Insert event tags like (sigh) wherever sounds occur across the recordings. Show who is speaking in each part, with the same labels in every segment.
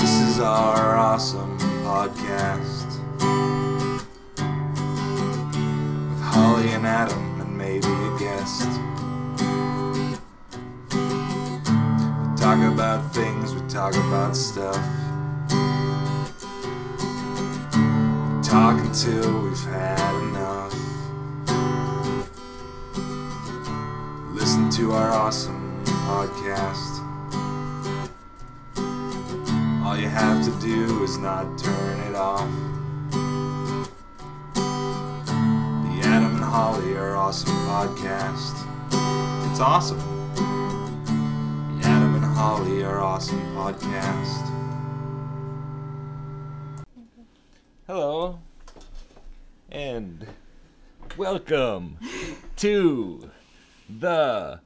Speaker 1: is our awesome podcast with Holly and Adam and maybe a guest. We talk about things, we talk about stuff. We talk until we've had enough. Listen to our awesome podcast. All you have to do is not turn it off. The Adam and Holly are awesome podcast. It's awesome. The Adam and Holly are awesome podcast.
Speaker 2: Hello. And welcome to the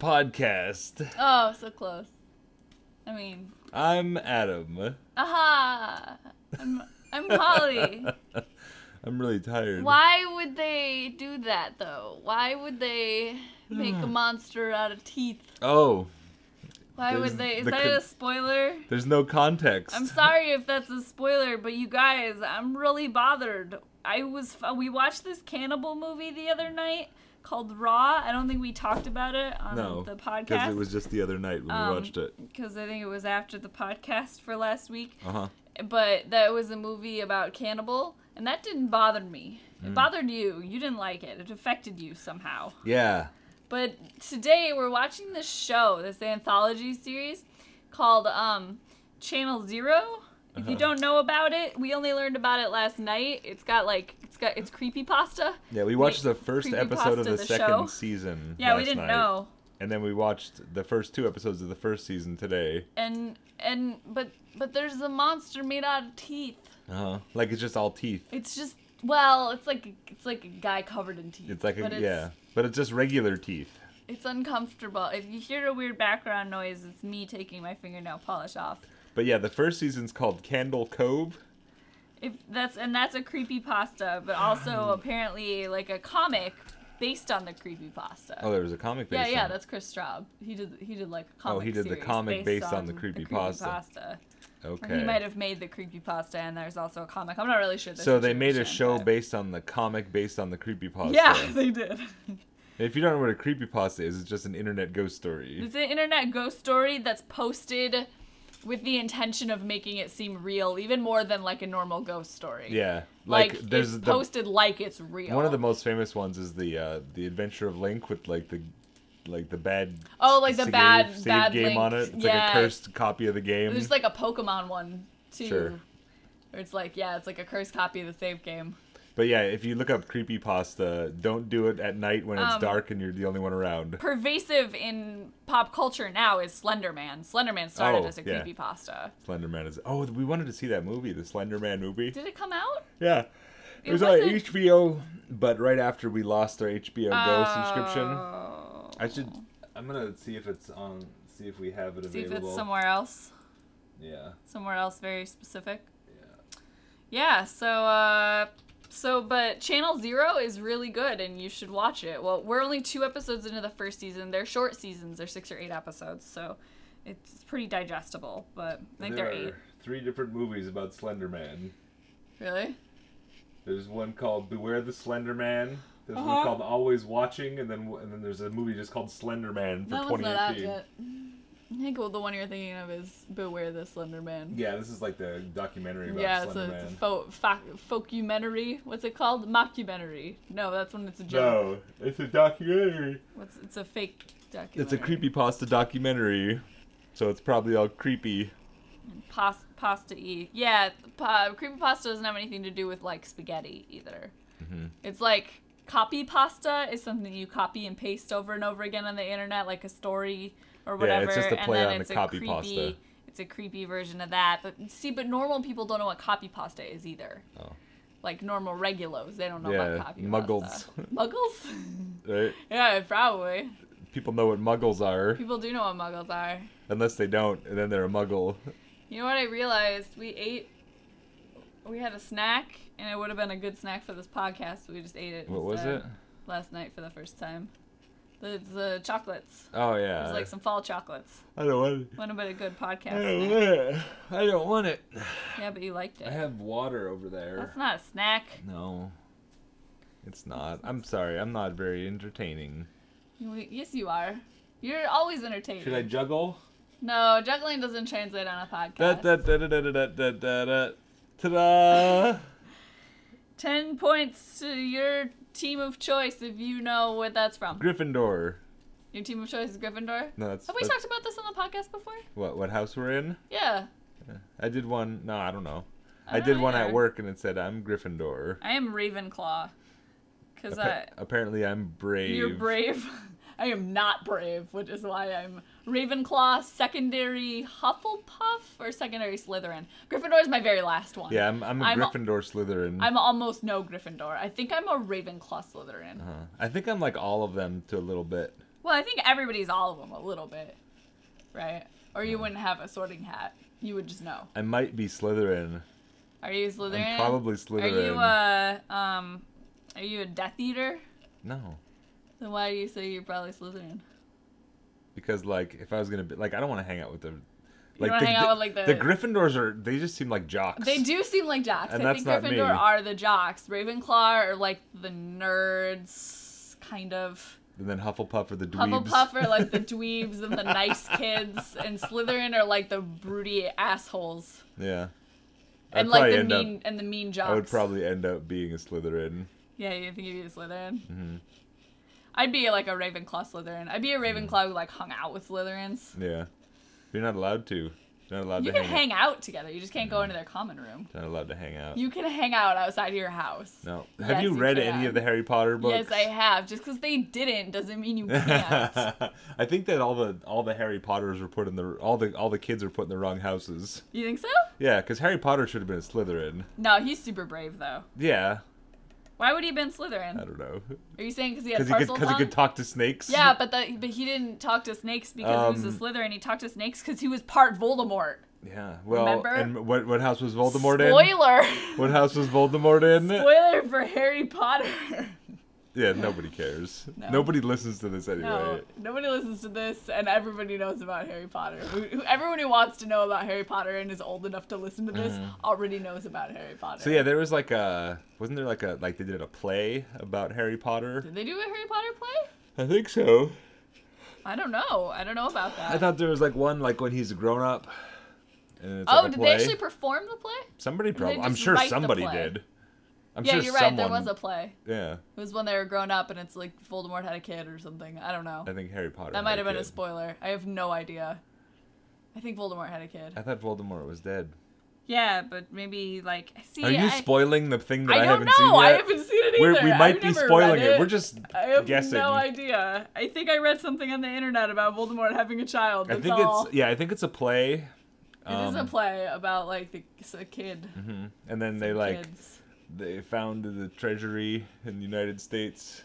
Speaker 2: podcast.
Speaker 3: Oh, so close. I mean,
Speaker 2: I'm Adam.
Speaker 3: aha! I'm,
Speaker 2: (laughs)
Speaker 3: I'm Holly.
Speaker 2: I'm really tired.
Speaker 3: Why would they do that though? Why would they make a monster out of teeth?
Speaker 2: Hmm. Oh,
Speaker 3: Why
Speaker 2: There's
Speaker 3: would they? Is
Speaker 2: the
Speaker 3: that
Speaker 2: con-
Speaker 3: a spoiler?
Speaker 2: there's no context. (laughs)
Speaker 3: I'm sorry if that's a spoiler, but you guys, I'm really bothered. I was f- we watched this cannibal movie the other night called Raw. I don't think we talked about it on
Speaker 2: No,
Speaker 3: Um, the
Speaker 2: Because
Speaker 3: podcast
Speaker 2: it was just the other night when
Speaker 3: Um,
Speaker 2: we watched it.
Speaker 3: because I think it was after the podcast for last week.
Speaker 2: Uh huh.
Speaker 3: but that was a movie about cannibal and that didn't bother me it
Speaker 2: Mm.
Speaker 3: bothered you you didn't like it it affected you somehow
Speaker 2: Yeah.
Speaker 3: but today we're watching this show this anthology series called um channel zero if
Speaker 2: Uh-huh.
Speaker 3: you don't know about it we only learned about it last night it's got like it's got it's creepy pasta
Speaker 2: Yeah, we watched the first
Speaker 3: creepypasta
Speaker 2: episode of the,
Speaker 3: the
Speaker 2: second
Speaker 3: show.
Speaker 2: season.
Speaker 3: yeah we
Speaker 2: last
Speaker 3: didn't
Speaker 2: night,
Speaker 3: know
Speaker 2: And then we watched the first two episodes of the first season today.
Speaker 3: and and but but there's a monster made out of teeth
Speaker 2: Uh huh. Like it's just all teeth.
Speaker 3: it's just well it's like it's like a guy covered in teeth
Speaker 2: It's like, a,
Speaker 3: but it's-
Speaker 2: yeah. But it's just regular teeth.
Speaker 3: It's uncomfortable. If you hear a weird background noise, it's me taking my fingernail polish off.
Speaker 2: But yeah, the first season's called Candle Cove.
Speaker 3: If that's and that's a creepy pasta, but also
Speaker 2: Mm.
Speaker 3: apparently like a comic based on the creepy pasta.
Speaker 2: Oh, there was a comic based
Speaker 3: yeah, yeah,
Speaker 2: on it.
Speaker 3: that's Chris Straub. He did he did like a
Speaker 2: Oh,
Speaker 3: comic.
Speaker 2: he did the
Speaker 3: series
Speaker 2: comic based on the creepypasta.
Speaker 3: creepypasta. Or
Speaker 2: okay.
Speaker 3: He might have made the creepy pasta, and there's also a comic. I'm not really sure. The
Speaker 2: so they made a
Speaker 3: situation,
Speaker 2: show
Speaker 3: but-
Speaker 2: based on the comic based on the creepypasta.
Speaker 3: Yeah, (laughs) they did.
Speaker 2: If you don't know what a creepypasta is, it's just an internet ghost story.
Speaker 3: It's an internet ghost story that's posted with the intention of making it seem real, even more than like a normal ghost story.
Speaker 2: Yeah.
Speaker 3: Like,
Speaker 2: Like, there's
Speaker 3: it's
Speaker 2: the,
Speaker 3: posted like it's real.
Speaker 2: one of the most famous ones is the uh, the Adventure of Link with like the like the bad
Speaker 3: Oh, like the
Speaker 2: save,
Speaker 3: bad-
Speaker 2: save
Speaker 3: bad
Speaker 2: game
Speaker 3: Link.
Speaker 2: on it. It's like
Speaker 3: Yeah.
Speaker 2: a cursed copy of the game.
Speaker 3: There's like a Pokemon one too.
Speaker 2: Sure.
Speaker 3: Where it's like yeah, it's like a cursed copy of the save game.
Speaker 2: But yeah, if you look up creepypasta, don't do it at night when it's
Speaker 3: Um,
Speaker 2: dark and you're the only one around.
Speaker 3: Pervasive in pop culture now is Slender Man. Slender Man started
Speaker 2: Oh,
Speaker 3: as a
Speaker 2: yeah.
Speaker 3: creepy pasta.
Speaker 2: Slender Man is. Oh, we wanted to see that movie, the Slender Man movie.
Speaker 3: Did it come out?
Speaker 2: (laughs) Yeah. It,
Speaker 3: It
Speaker 2: was on
Speaker 3: wasn't-
Speaker 2: HBO, but right after we lost our HBO Go subscription,
Speaker 3: Oh.
Speaker 2: I should. I'm gonna see if it's on. See if we have it
Speaker 3: See if
Speaker 2: available.
Speaker 3: it's somewhere else.
Speaker 2: Yeah.
Speaker 3: somewhere else very specific. Yeah, so uh so but Channel 0 is really good and you should watch it. Well, we're only 2 episodes into the first season. They're short seasons. They're 6 or 8 episodes, so it's pretty digestible, but I think
Speaker 2: there
Speaker 3: they're
Speaker 2: are
Speaker 3: 8.
Speaker 2: three different movies about Slender Man.
Speaker 3: Really?
Speaker 2: There's one called Beware the Slender Man. There's one
Speaker 3: Uh-huh.
Speaker 2: called Always Watching, and then and then there's a movie just called Slender Man for
Speaker 3: That one's
Speaker 2: 2018.
Speaker 3: not out yet. I think well, the one you're thinking of is Beware the Slender Man.
Speaker 2: Yeah, this is like the documentary about
Speaker 3: Yeah, it's
Speaker 2: Slender
Speaker 3: a,
Speaker 2: Man.
Speaker 3: it's a fo- fa- folkumentary. What's it called? Mockumentary. No, that's when it's a joke.
Speaker 2: no, it's a documentary.
Speaker 3: What's, it's a fake documentary.
Speaker 2: It's a creepypasta documentary, so it's probably all creepy.
Speaker 3: Pas- pasta y. Yeah, pa- creepy pasta doesn't have anything to do with like spaghetti either.
Speaker 2: Mm-hmm.
Speaker 3: It's like copy pasta is something you copy and paste over and over again on the internet, like a story or whatever.
Speaker 2: it's just a play
Speaker 3: and then
Speaker 2: on
Speaker 3: it's
Speaker 2: the
Speaker 3: a
Speaker 2: copy
Speaker 3: creepy,
Speaker 2: pasta.
Speaker 3: It's a creepy version of that. But see, but normal people don't know what copy pasta is either.
Speaker 2: Oh.
Speaker 3: Like normal regulos, they don't know
Speaker 2: Yeah,
Speaker 3: about copy
Speaker 2: muggles. (laughs)
Speaker 3: pasta. Muggles? (laughs)
Speaker 2: Right?
Speaker 3: yeah, probably.
Speaker 2: People know what muggles are,
Speaker 3: People do know what muggles are.
Speaker 2: unless they don't, and then they're a muggle.
Speaker 3: You know what I realized? We ate. We had a snack, and it would have been a good snack for this podcast. but We just ate it.
Speaker 2: What was
Speaker 3: instead
Speaker 2: it?
Speaker 3: Last night for the first time. The, the chocolates.
Speaker 2: Oh
Speaker 3: There's
Speaker 2: yeah.
Speaker 3: like some fall chocolates.
Speaker 2: I don't want. It.
Speaker 3: Would have been a good
Speaker 2: I don't
Speaker 3: podcast. snack.
Speaker 2: want it. I don't want it.
Speaker 3: Yeah, but you liked
Speaker 2: I
Speaker 3: it.
Speaker 2: have water over there.
Speaker 3: That's not a snack.
Speaker 2: No. It's not. I'm sorry. I'm not very entertaining.
Speaker 3: You- Yes, you are. You're always entertaining.
Speaker 2: Should I juggle?
Speaker 3: No, juggling doesn't translate on a podcast.
Speaker 2: Da da da da da da da da da. Ta-da!
Speaker 3: Ten points to your team of choice if you know where that's from.
Speaker 2: Gryffindor.
Speaker 3: Your team of choice is Gryffindor.
Speaker 2: No, that's,
Speaker 3: Have we
Speaker 2: that's
Speaker 3: talked about this on the podcast before?
Speaker 2: what what house we're in.
Speaker 3: Yeah.
Speaker 2: I did one. No, I don't know. I,
Speaker 3: don't
Speaker 2: did
Speaker 3: know
Speaker 2: one
Speaker 3: either.
Speaker 2: at work, and it said I'm Gryffindor.
Speaker 3: I am Ravenclaw. Because
Speaker 2: Appa-
Speaker 3: I
Speaker 2: apparently, I'm brave.
Speaker 3: you're brave. (laughs) I am not brave, which is why I'm Ravenclaw, secondary Hufflepuff, or secondary Slytherin. Gryffindor is my very last one.
Speaker 2: Yeah, I'm, I'm a
Speaker 3: I'm a-
Speaker 2: Gryffindor Slytherin.
Speaker 3: I'm almost no Gryffindor. I think I'm a Ravenclaw Slytherin.
Speaker 2: Uh, I think I'm like all of them to a little bit.
Speaker 3: Well, I think everybody's all of them a little bit, right? Or you wouldn't have a sorting hat. You would just know.
Speaker 2: I might be Slytherin.
Speaker 3: Are you Slytherin?
Speaker 2: I'm probably
Speaker 3: Are
Speaker 2: Slytherin.
Speaker 3: you uh um, are you a Death Eater?
Speaker 2: No,
Speaker 3: Then why do you say you're probably Slytherin?
Speaker 2: because like if I was gonna be like I don't want to hang out with the
Speaker 3: don't
Speaker 2: like
Speaker 3: wanna
Speaker 2: the,
Speaker 3: hang out
Speaker 2: the,
Speaker 3: with, like, the-
Speaker 2: the Gryffindors are they just seem like jocks.
Speaker 3: They do seem like jocks.
Speaker 2: And
Speaker 3: I
Speaker 2: that's not
Speaker 3: think Gryffindor
Speaker 2: me.
Speaker 3: are the jocks. Ravenclaw are like the nerds, kind of.
Speaker 2: And then Hufflepuff are the dweebs.
Speaker 3: Hufflepuff
Speaker 2: (laughs)
Speaker 3: are like the dweebs and the nice kids, and Slytherin are like the broody assholes
Speaker 2: yeah. I'd
Speaker 3: and like
Speaker 2: probably
Speaker 3: the
Speaker 2: end up-
Speaker 3: mean and the mean jocks.
Speaker 2: I would probably end up being a Slytherin.
Speaker 3: Yeah, you think you'd be a Slytherin? Mm-hmm. I'd be like a Ravenclaw Slytherin. I'd be a
Speaker 2: Mm-hmm.
Speaker 3: Ravenclaw who like hung out with Slytherins.
Speaker 2: Yeah. You're not allowed to. You're not allowed
Speaker 3: You
Speaker 2: to
Speaker 3: can
Speaker 2: hang, Mm-hmm.
Speaker 3: hang out together. You just can't go into their common room.
Speaker 2: You're not allowed to hang out.
Speaker 3: You can hang out outside of your house.
Speaker 2: no. Have
Speaker 3: Yes,
Speaker 2: you
Speaker 3: you
Speaker 2: read
Speaker 3: can.
Speaker 2: any of the Harry Potter books?
Speaker 3: Yes, I have. Just because they didn't doesn't
Speaker 2: (laughs)
Speaker 3: mean you can't.
Speaker 2: I think that all the all the Harry Potters were put in the all the all the kids were put in the wrong houses.
Speaker 3: you think so?
Speaker 2: Yeah, because Harry Potter should have been a Slytherin.
Speaker 3: No, he's super brave though.
Speaker 2: Yeah,
Speaker 3: Why would he have been
Speaker 2: I
Speaker 3: Slytherin?
Speaker 2: don't know
Speaker 3: Are you saying because he had
Speaker 2: because he could
Speaker 3: parcel
Speaker 2: because he
Speaker 3: tongue?
Speaker 2: could talk to snakes.
Speaker 3: yeah, but the, but he didn't talk to snakes because he was a
Speaker 2: Um,
Speaker 3: Slytherin. He talked to snakes because he was part Voldemort.
Speaker 2: yeah. Well,
Speaker 3: Remember?
Speaker 2: and what what house was Voldemort in?
Speaker 3: Spoiler.
Speaker 2: (laughs) What house was Voldemort in?
Speaker 3: Spoiler for Harry Potter.
Speaker 2: (laughs) Yeah, nobody cares.
Speaker 3: (laughs) No.
Speaker 2: Nobody listens to this anyway.
Speaker 3: No, nobody listens to this, and everybody knows about Harry Potter. Who- who- Everyone who wants to know about Harry Potter and is old enough to listen to this already knows about Harry Potter.
Speaker 2: Mm-hmm. So yeah, there was like a wasn't there like a like they did a play about Harry Potter?
Speaker 3: Did they do a Harry Potter play?
Speaker 2: I think so.
Speaker 3: I don't know. I don't know about that.
Speaker 2: I thought there was like one like when he's a grown up. And it's
Speaker 3: oh,
Speaker 2: like a
Speaker 3: did
Speaker 2: play.
Speaker 3: they actually perform the play?
Speaker 2: Somebody probably. I'm
Speaker 3: just
Speaker 2: sure
Speaker 3: write the
Speaker 2: somebody
Speaker 3: play?
Speaker 2: did. I'm
Speaker 3: yeah,
Speaker 2: sure
Speaker 3: you're right.
Speaker 2: someone.
Speaker 3: There was a play.
Speaker 2: Yeah,
Speaker 3: It was when they were grown up, and it's like Voldemort had a kid or something. I don't know.
Speaker 2: I think Harry Potter.
Speaker 3: That might
Speaker 2: had
Speaker 3: have been a
Speaker 2: kid.
Speaker 3: spoiler. I have no idea. I think Voldemort had a kid.
Speaker 2: I thought Voldemort was dead.
Speaker 3: Yeah, but maybe like see.
Speaker 2: Are you
Speaker 3: I,
Speaker 2: spoiling the thing that I,
Speaker 3: I don't
Speaker 2: haven't
Speaker 3: know.
Speaker 2: seen yet?
Speaker 3: I haven't seen it
Speaker 2: We're,
Speaker 3: either.
Speaker 2: we
Speaker 3: I've
Speaker 2: might be
Speaker 3: never read
Speaker 2: spoiling it.
Speaker 3: it.
Speaker 2: We're just
Speaker 3: I have
Speaker 2: guessing.
Speaker 3: no idea. I think I read something on the internet about Voldemort having a child.
Speaker 2: I
Speaker 3: That's
Speaker 2: think
Speaker 3: all.
Speaker 2: it's yeah. I think it's a play.
Speaker 3: It is a
Speaker 2: um,
Speaker 3: play about like the it's a kid.
Speaker 2: mhm. And then they like
Speaker 3: kids.
Speaker 2: they found the treasury in the United States.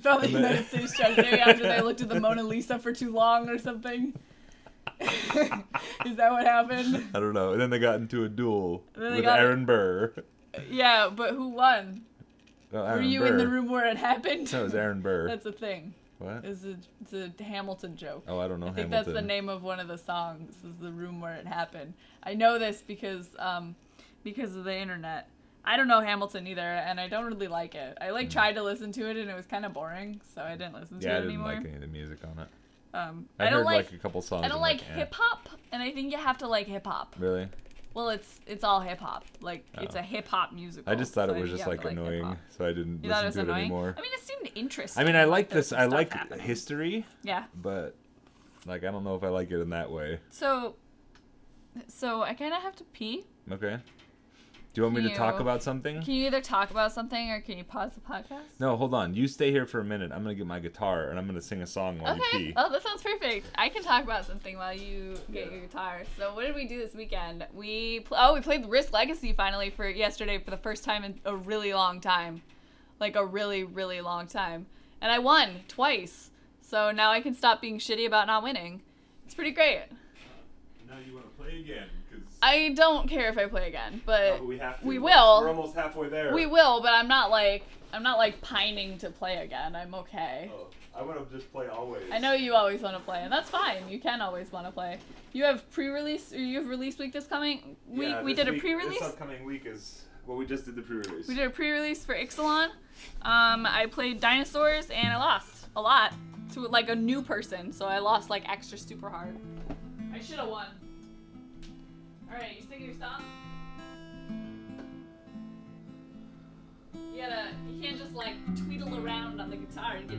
Speaker 3: Found the
Speaker 2: and then-
Speaker 3: United States Treasury after they looked at the Mona Lisa for too long or something. (laughs) is that what happened?
Speaker 2: I don't know. And then they got into a duel
Speaker 3: then they
Speaker 2: with
Speaker 3: got-
Speaker 2: Aaron Burr.
Speaker 3: Yeah, but who won?
Speaker 2: No,
Speaker 3: Were
Speaker 2: Aaron
Speaker 3: you
Speaker 2: Burr.
Speaker 3: in the room where it happened?
Speaker 2: No, it was Aaron Burr.
Speaker 3: (laughs) That's a thing.
Speaker 2: what?
Speaker 3: It's a, it's a Hamilton joke.
Speaker 2: Oh, I don't know.
Speaker 3: I think
Speaker 2: Hamilton.
Speaker 3: that's the name of one of the songs. Is the room where it happened. I know this because um, because of the internet. I don't know Hamilton either, and I don't really like it. I like tried to listen to it, and it was kind of boring, so I didn't listen to
Speaker 2: Mm. Yeah, I
Speaker 3: it
Speaker 2: didn't
Speaker 3: anymore.
Speaker 2: like any of the music on it.
Speaker 3: um,
Speaker 2: I,
Speaker 3: I, don't
Speaker 2: heard
Speaker 3: like,
Speaker 2: like, a couple songs.
Speaker 3: I don't
Speaker 2: I'm
Speaker 3: like
Speaker 2: eh.
Speaker 3: hip hop, and I think you have to like hip hop.
Speaker 2: Really?
Speaker 3: Well, it's it's all hip hop. Like it's
Speaker 2: Oh.
Speaker 3: a hip hop musical.
Speaker 2: I just thought
Speaker 3: so
Speaker 2: it was
Speaker 3: think
Speaker 2: just
Speaker 3: you have
Speaker 2: like
Speaker 3: to
Speaker 2: annoying,
Speaker 3: hip-hop.
Speaker 2: so I didn't
Speaker 3: You thought
Speaker 2: listen
Speaker 3: it was
Speaker 2: to it
Speaker 3: annoying.
Speaker 2: anymore.
Speaker 3: I mean, it seemed interesting.
Speaker 2: I mean, I like
Speaker 3: there
Speaker 2: this.
Speaker 3: was some
Speaker 2: I
Speaker 3: stuff
Speaker 2: like
Speaker 3: happening.
Speaker 2: history,
Speaker 3: Yeah.
Speaker 2: but like I don't know if I like it in that way.
Speaker 3: So, so I kind of have to pee.
Speaker 2: Okay. Do you want me to talk
Speaker 3: You-
Speaker 2: about something?
Speaker 3: Can you either talk about something or can you pause the podcast?
Speaker 2: No, hold on. You stay here for a minute. I'm gonna get my guitar and I'm gonna sing a song while you
Speaker 3: Okay.
Speaker 2: pee.
Speaker 3: Oh, that sounds perfect. I can talk about something while you get your guitar. So, what did we do this weekend? We pl- oh, we played Risk Legacy finally for yesterday for the first time in a really long time, like a really really long time, and I won twice. So now I can stop being shitty about not winning. It's pretty great.
Speaker 1: Now you want to play again because
Speaker 3: I don't care if I play again, but
Speaker 1: we have to.
Speaker 3: we will.
Speaker 1: We're almost halfway there.
Speaker 3: we will. But I'm not like I'm not like pining to play again. I'm okay.
Speaker 1: Oh, I want to just play always.
Speaker 3: I know you always want to play, and that's fine. You can always want to play. You have pre-release, or you have release week this coming week.
Speaker 1: Yeah,
Speaker 3: we
Speaker 1: this
Speaker 3: did a
Speaker 1: week-
Speaker 3: pre-release.
Speaker 1: This upcoming week is well, we just did the pre-release.
Speaker 3: We did a pre-release for Ixalan. Um, I played dinosaurs and I lost a lot to like a new person, so I lost like extra super hard. I should have won. All right, you sing your song. You gotta, you can't just like tweedle around on the guitar and get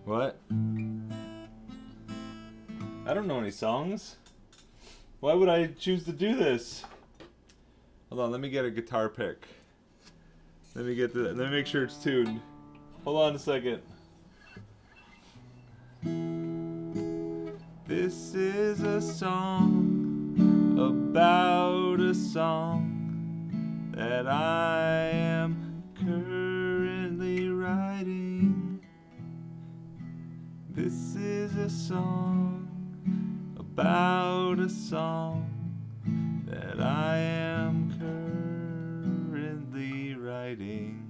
Speaker 3: a sing.
Speaker 2: What? I don't know any songs. Why would I choose to do this? Hold on, let me get a guitar pick. Let me get the. Let me make sure it's tuned. Hold on a second. This is a song about a song that I am currently writing. This is a song about a song that I am currently writing.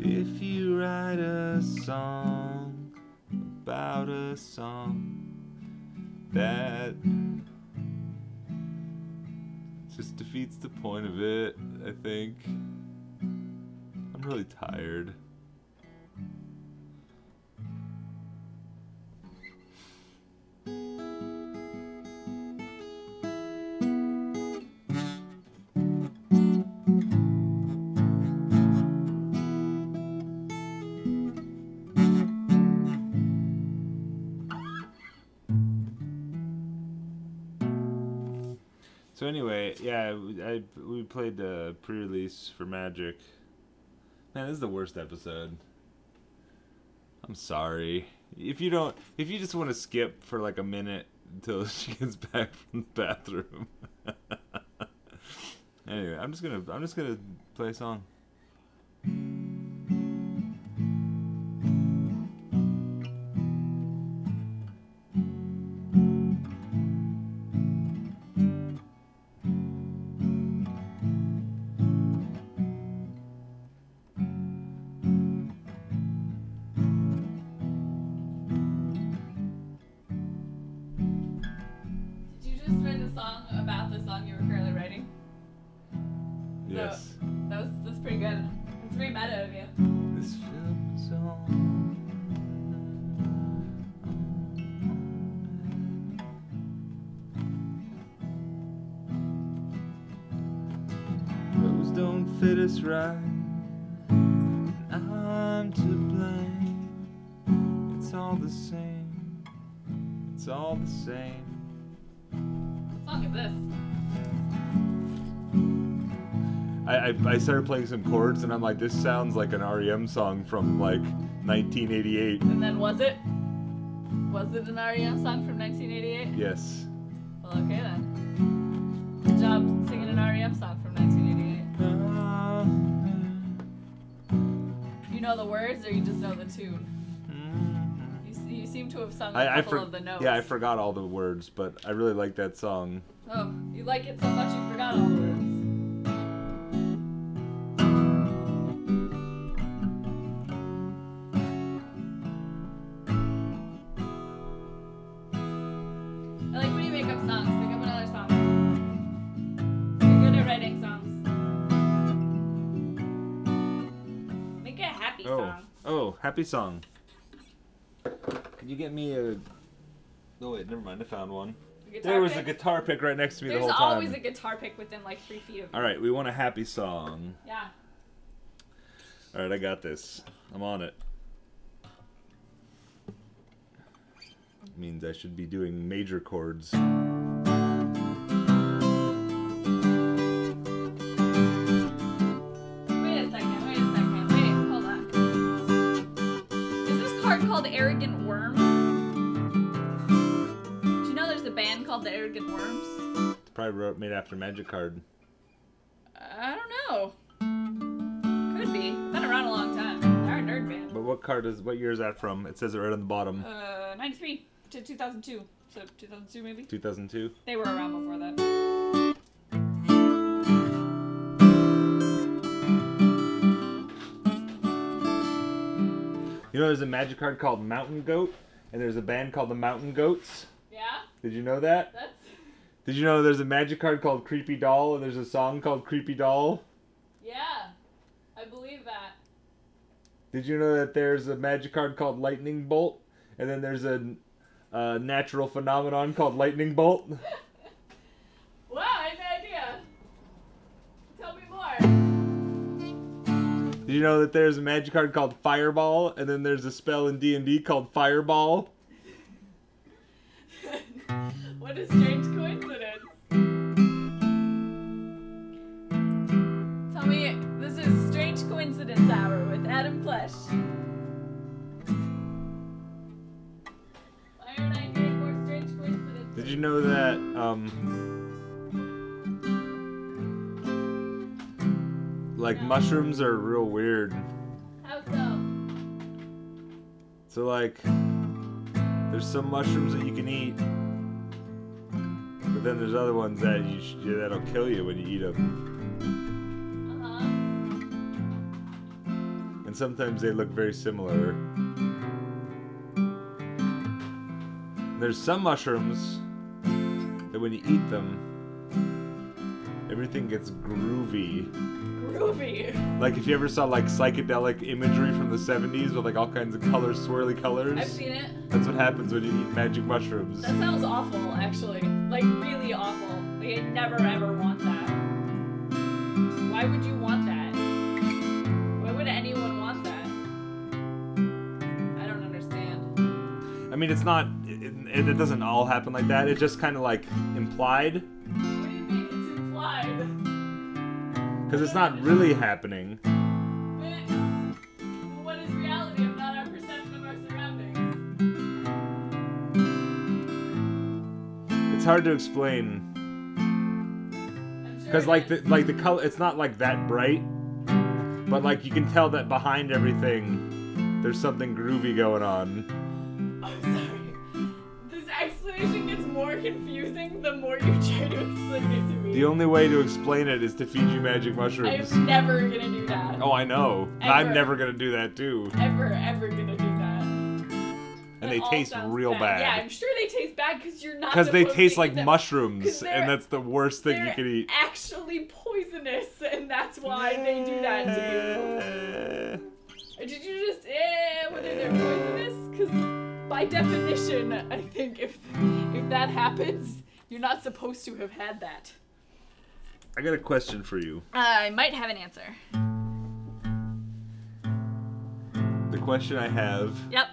Speaker 2: If you write a song about a song that just defeats the point of it, I think. I'm really tired. So anyway, yeah, I, I- we played uh, pre-release for Magic. Man, this is the worst episode. I'm sorry. If you don't, if you just want to skip for like a minute until (laughs) she gets back from the bathroom. (laughs) anyway, I'm just gonna, I'm just gonna play a song.
Speaker 3: Did you just write a song about the song you were currently writing?
Speaker 2: Yes.
Speaker 3: That was that's pretty good. It's very meta of you.
Speaker 2: This film's on. Clothes don't fit us right. I'm to blame. It's all the same. It's all the same.
Speaker 3: What song is this?
Speaker 2: I, I, I started playing some chords and I'm like, this sounds like an REM song from like 1988.
Speaker 3: And then was it? Was it an REM song from 1988?
Speaker 2: Yes.
Speaker 3: Well, okay then. Good job singing an REM song from 1988.
Speaker 2: Mm-hmm.
Speaker 3: You know the words, or you just know the tune.
Speaker 2: I,
Speaker 3: You, s- you seem to have sung a
Speaker 2: I
Speaker 3: couple
Speaker 2: for-
Speaker 3: of the notes.
Speaker 2: yeah, I forgot all the words, but I really like that song.
Speaker 3: Oh, you like it so much you forgot all the words. I like when you make up songs. Think of another song. You're good at writing songs. Make a happy
Speaker 2: Oh,
Speaker 3: song.
Speaker 2: oh, happy song. Can you get me a? No wait, never mind. I found one.
Speaker 3: A guitar
Speaker 2: There was a
Speaker 3: pick?
Speaker 2: guitar pick right next to me
Speaker 3: There's
Speaker 2: the whole
Speaker 3: always
Speaker 2: time. Uh.
Speaker 3: a guitar pick within like three feet of you.
Speaker 2: all right, we want a happy song.
Speaker 3: Yeah.
Speaker 2: All right, I got this. I'm on it. Means I should be doing major chords.
Speaker 3: Wait a second, wait a second, wait, hold on. Is this card called Arrogant Worm? Do you know there's a band called the Arrogant Worms?
Speaker 2: It's probably wrote, made after Magic Card.
Speaker 3: I don't know. Could be. Been around a long time.
Speaker 2: what card is what year is that from? It says it right on the bottom.
Speaker 3: Uh, 93 to 2002. So 2002 maybe?
Speaker 2: 2002.
Speaker 3: They were around before that.
Speaker 2: You know, there's a magic card called Mountain Goat, and there's a band called the Mountain Goats.
Speaker 3: Yeah,
Speaker 2: Did you know that?
Speaker 3: that's.
Speaker 2: Did you know there's a magic card called Creepy Doll, and there's a song called Creepy Doll?
Speaker 3: Yeah, I believe that.
Speaker 2: Did you know that there's a magic card called Lightning Bolt, and then there's a, a natural phenomenon called Lightning Bolt?
Speaker 3: Wow, I had no idea. Tell me more.
Speaker 2: Did you know that there's a magic card called Fireball, and then there's a spell in D and D called Fireball?
Speaker 3: what a strange coincidence. Tell me, this is Strange Coincidence Hour with Adam Flesh. Why aren't I doing more strange coincidences?
Speaker 2: Did you know that? Um, like
Speaker 3: No.
Speaker 2: mushrooms are real weird.
Speaker 3: How so?
Speaker 2: So like, there's some mushrooms that you can eat, but then there's other ones that you sh- that'll kill you when you eat them.
Speaker 3: Uh-huh.
Speaker 2: And sometimes they look very similar. There's some mushrooms that when you eat them, everything gets groovy.
Speaker 3: Uh-huh. Groovy.
Speaker 2: Like if you ever saw like psychedelic imagery from the 70s with like all kinds of colors, swirly colors.
Speaker 3: I've seen it.
Speaker 2: That's what happens when you eat magic mushrooms.
Speaker 3: That sounds awful, actually. Like, really awful. Like, I never ever want that. Why would you want that? Why would anyone want that? I don't understand.
Speaker 2: I mean, it's not. It, it, it doesn't all happen like that. It's just kind of like implied
Speaker 3: What do you mean it's implied?
Speaker 2: because it's not really happening.
Speaker 3: But What is reality if not our perception of our surroundings?
Speaker 2: It's hard to explain
Speaker 3: I'm sure
Speaker 2: because
Speaker 3: it
Speaker 2: like
Speaker 3: is.
Speaker 2: the like the color. It's not like that bright, but like you can tell that behind everything, there's something groovy going on.
Speaker 3: I'm sorry. This explanation gets more confusing the more you try to explain it to me.
Speaker 2: The only way to explain it is to feed you magic
Speaker 3: I
Speaker 2: mushrooms.
Speaker 3: am never gonna do that.
Speaker 2: Oh, I know. And I'm
Speaker 3: Ever.
Speaker 2: never gonna do that too.
Speaker 3: Ever, ever gonna do that.
Speaker 2: And
Speaker 3: That
Speaker 2: they
Speaker 3: all
Speaker 2: taste
Speaker 3: sounds
Speaker 2: real
Speaker 3: Yeah,
Speaker 2: bad
Speaker 3: I'm sure they taste bad because you're not.
Speaker 2: because they
Speaker 3: supposed to
Speaker 2: taste
Speaker 3: eat
Speaker 2: like
Speaker 3: them.
Speaker 2: mushrooms,
Speaker 3: 'Cause they're-
Speaker 2: and that's the worst thing you
Speaker 3: They're
Speaker 2: can eat.
Speaker 3: Actually poisonous, (laughs) and that's why they do that to
Speaker 2: to you.
Speaker 3: you. Did you just eh? Whether they're poisonous? Because by definition, I think if if that happens, you're not supposed to have had that.
Speaker 2: I got a question for you.
Speaker 3: I might have an answer.
Speaker 2: The question I have
Speaker 3: Yep.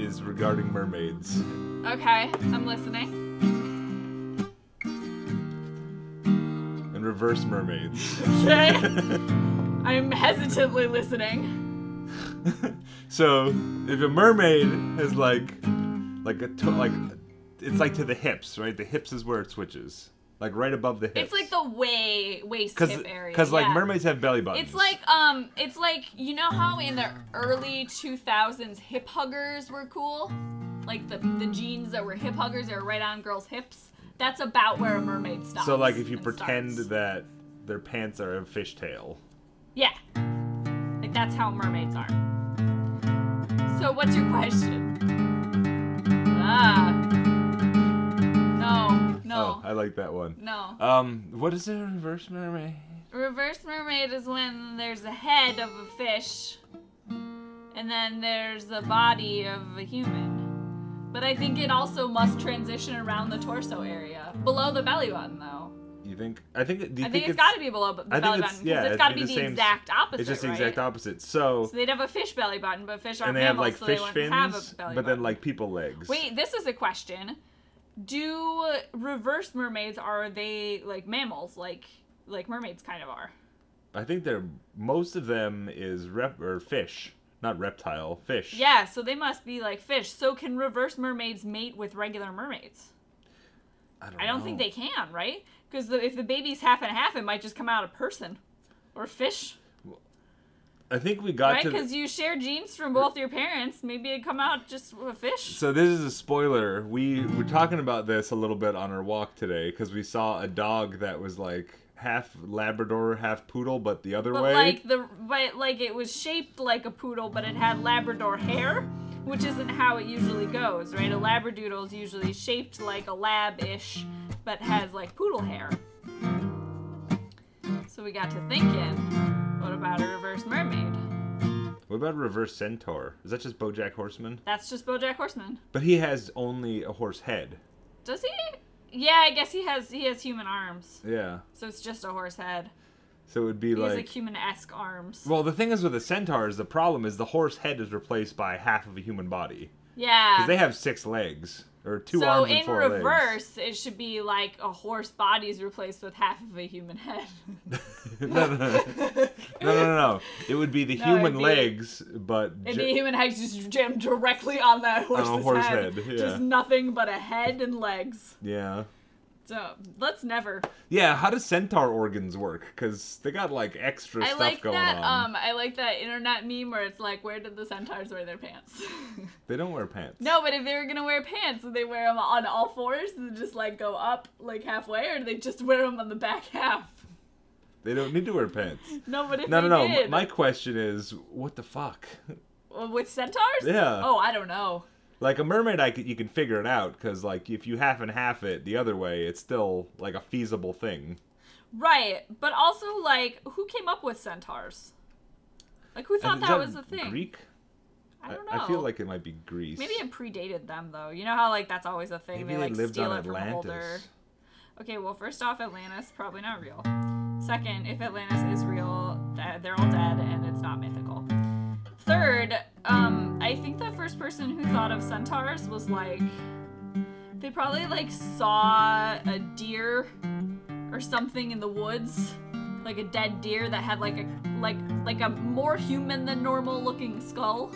Speaker 2: is regarding mermaids.
Speaker 3: Okay, I'm listening.
Speaker 2: And reverse mermaids. (laughs)
Speaker 3: Okay. (laughs) I'm hesitantly listening.
Speaker 2: so, if a mermaid has like, like a to- like, it's like to the hips, right? The hips is where it switches, like right above the hips.
Speaker 3: It's like the way waist
Speaker 2: because
Speaker 3: tip area.
Speaker 2: because like
Speaker 3: yeah.
Speaker 2: mermaids have belly buttons.
Speaker 3: It's like um, it's like you know how in the early 2000s hip huggers were cool, like the the jeans that were hip huggers that were right on girls' hips. That's about where a mermaid stops.
Speaker 2: so like if you
Speaker 3: and
Speaker 2: pretend
Speaker 3: starts.
Speaker 2: that their pants are a fishtail.
Speaker 3: yeah, like that's how mermaids are. So what's your question? Ah, no, no,
Speaker 2: Oh, I like that one.
Speaker 3: no.
Speaker 2: Um, what is a reverse mermaid?
Speaker 3: Reverse mermaid is when there's a head of a fish and then there's the body of a human. But I think it also must transition around the torso area. Below the belly button, though.
Speaker 2: You think? I think. Do you
Speaker 3: I think, it's
Speaker 2: it's
Speaker 3: got to be below b- the
Speaker 2: I think
Speaker 3: belly
Speaker 2: it's-
Speaker 3: button
Speaker 2: yeah,
Speaker 3: because it's
Speaker 2: it'd
Speaker 3: got to
Speaker 2: be the
Speaker 3: be the,
Speaker 2: same-
Speaker 3: exact opposite.
Speaker 2: It's just the
Speaker 3: right?
Speaker 2: exact opposite. So,
Speaker 3: So they'd have a fish belly button, but fish aren't
Speaker 2: and they have like
Speaker 3: mammals, so
Speaker 2: fish
Speaker 3: they wouldn't
Speaker 2: fins,
Speaker 3: have a belly
Speaker 2: but
Speaker 3: button.
Speaker 2: then like people legs.
Speaker 3: Wait, this is a question. Do reverse mermaids are they like mammals, like like mermaids kind of are?
Speaker 2: I think they're most of them is rep or fish, not reptile, fish.
Speaker 3: Yeah, so they must be like fish. So can reverse mermaids mate with regular mermaids?
Speaker 2: I don't,
Speaker 3: I don't
Speaker 2: know.
Speaker 3: think they can, right? Because the, if the baby's half and half, it might just come out a person or fish.
Speaker 2: I think we got
Speaker 3: Right?
Speaker 2: to. the-
Speaker 3: Because you share genes from both your parents. Maybe it'd come out just a fish.
Speaker 2: So this is a spoiler. We were talking about this a little bit on our walk today because we saw a dog that was like half Labrador, half poodle, but the other
Speaker 3: But
Speaker 2: way.
Speaker 3: like the but like it was shaped like a poodle, but it had Labrador hair, which isn't how it usually goes, right? A Labradoodle is usually shaped like a lab-ish, but has like poodle hair. So we got to thinking, what about a reverse mermaid?
Speaker 2: what about reverse centaur? Is that just BoJack Horseman?
Speaker 3: That's just BoJack Horseman.
Speaker 2: But he has only a horse head.
Speaker 3: Does he? Yeah, I guess he has he has human arms,
Speaker 2: Yeah.
Speaker 3: so it's just a horse head.
Speaker 2: So it would be
Speaker 3: He has
Speaker 2: like.
Speaker 3: like human-esque arms.
Speaker 2: well, the thing is with the centaur is the problem is the horse head is replaced by half of a human body
Speaker 3: yeah.
Speaker 2: because they have six legs or two
Speaker 3: so
Speaker 2: arms and
Speaker 3: in
Speaker 2: four legs.
Speaker 3: reverse, it should be like a horse body is replaced with half of a human head.
Speaker 2: (laughs)
Speaker 3: (laughs)
Speaker 2: no, no, no, no, no, no. It would be the
Speaker 3: No,
Speaker 2: human
Speaker 3: it'd be-
Speaker 2: legs, but
Speaker 3: And
Speaker 2: ju-
Speaker 3: the human head just jammed directly on that horse's
Speaker 2: horse
Speaker 3: head.
Speaker 2: head, yeah.
Speaker 3: Just nothing but a head and legs.
Speaker 2: yeah.
Speaker 3: So let's never.
Speaker 2: Yeah, how does centaur organs work? Because they got like extra
Speaker 3: I
Speaker 2: stuff
Speaker 3: like
Speaker 2: going
Speaker 3: that.
Speaker 2: on.
Speaker 3: Um, I like that internet meme where it's like, where did the centaurs wear their pants? (laughs)
Speaker 2: they don't wear pants.
Speaker 3: no, but if they were gonna wear pants, would they wear them on all fours and just like go up like halfway, or do they just wear them on the back half? (laughs)
Speaker 2: They don't need to wear pants.
Speaker 3: No, but if
Speaker 2: No,
Speaker 3: they
Speaker 2: no, no.
Speaker 3: did,
Speaker 2: My question is, what the fuck?
Speaker 3: Well, with centaurs?
Speaker 2: Yeah.
Speaker 3: Oh, I don't know.
Speaker 2: Like a mermaid, I could, you can figure it out because like if you half and half it the other way, it's still like a feasible thing.
Speaker 3: Right, but also like, who came up with centaurs? Like, who thought
Speaker 2: Is
Speaker 3: that, was a thing?
Speaker 2: Greek?
Speaker 3: I don't know.
Speaker 2: I feel like it might be Greece.
Speaker 3: maybe it predated them though. You know how like that's always a thing.
Speaker 2: Maybe
Speaker 3: they
Speaker 2: they
Speaker 3: like
Speaker 2: lived
Speaker 3: steal
Speaker 2: on
Speaker 3: it from older.
Speaker 2: Atlantis.
Speaker 3: Okay, well, first off, Atlantis probably not real. Second, if Atlantis is real, th- they're all dead and it's not mythical. Third, um, I think the first person who thought of centaurs was like they probably like saw a deer or something in the woods, like a dead deer that had like a like like a more human than normal looking skull.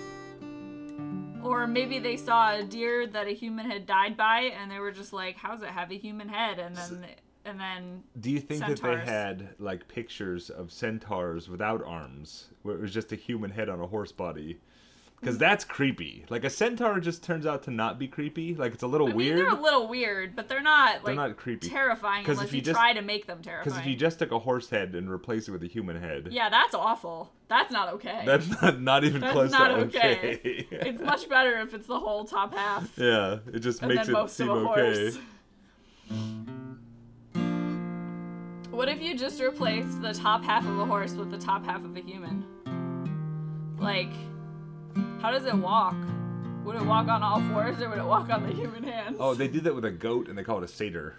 Speaker 3: Or maybe they saw a deer that a human had died by, and they were just like, "How's it have a human head?" And then, and then,
Speaker 2: Do you think that
Speaker 3: Centaurs.
Speaker 2: they had like pictures of centaurs without arms, where it was just a human head on a horse body?
Speaker 3: Mm.
Speaker 2: Because that's creepy. Like a centaur just turns out to not be creepy. Like it's a little
Speaker 3: I mean,
Speaker 2: weird.
Speaker 3: they're a little weird, but they're not
Speaker 2: They're
Speaker 3: like
Speaker 2: not creepy.
Speaker 3: terrifying
Speaker 2: 'Cause
Speaker 3: unless
Speaker 2: if
Speaker 3: you,
Speaker 2: you just-
Speaker 3: try to make them terrifying.
Speaker 2: Because if you just took a horse head and replaced it with a human head,
Speaker 3: yeah, that's awful. That's not okay.
Speaker 2: that's not not even
Speaker 3: That's
Speaker 2: close
Speaker 3: not
Speaker 2: to
Speaker 3: okay.
Speaker 2: okay.
Speaker 3: it's much better if it's the whole top half.
Speaker 2: (laughs) yeah, it just
Speaker 3: and
Speaker 2: makes
Speaker 3: then
Speaker 2: it
Speaker 3: most
Speaker 2: seem
Speaker 3: of a
Speaker 2: okay.
Speaker 3: horse. What if you just replaced the top half of a horse with the top half of a human? Like, how does it walk? Would it walk on all fours or would it walk on the human hands?
Speaker 2: Oh, they did that with a goat and they call it a satyr.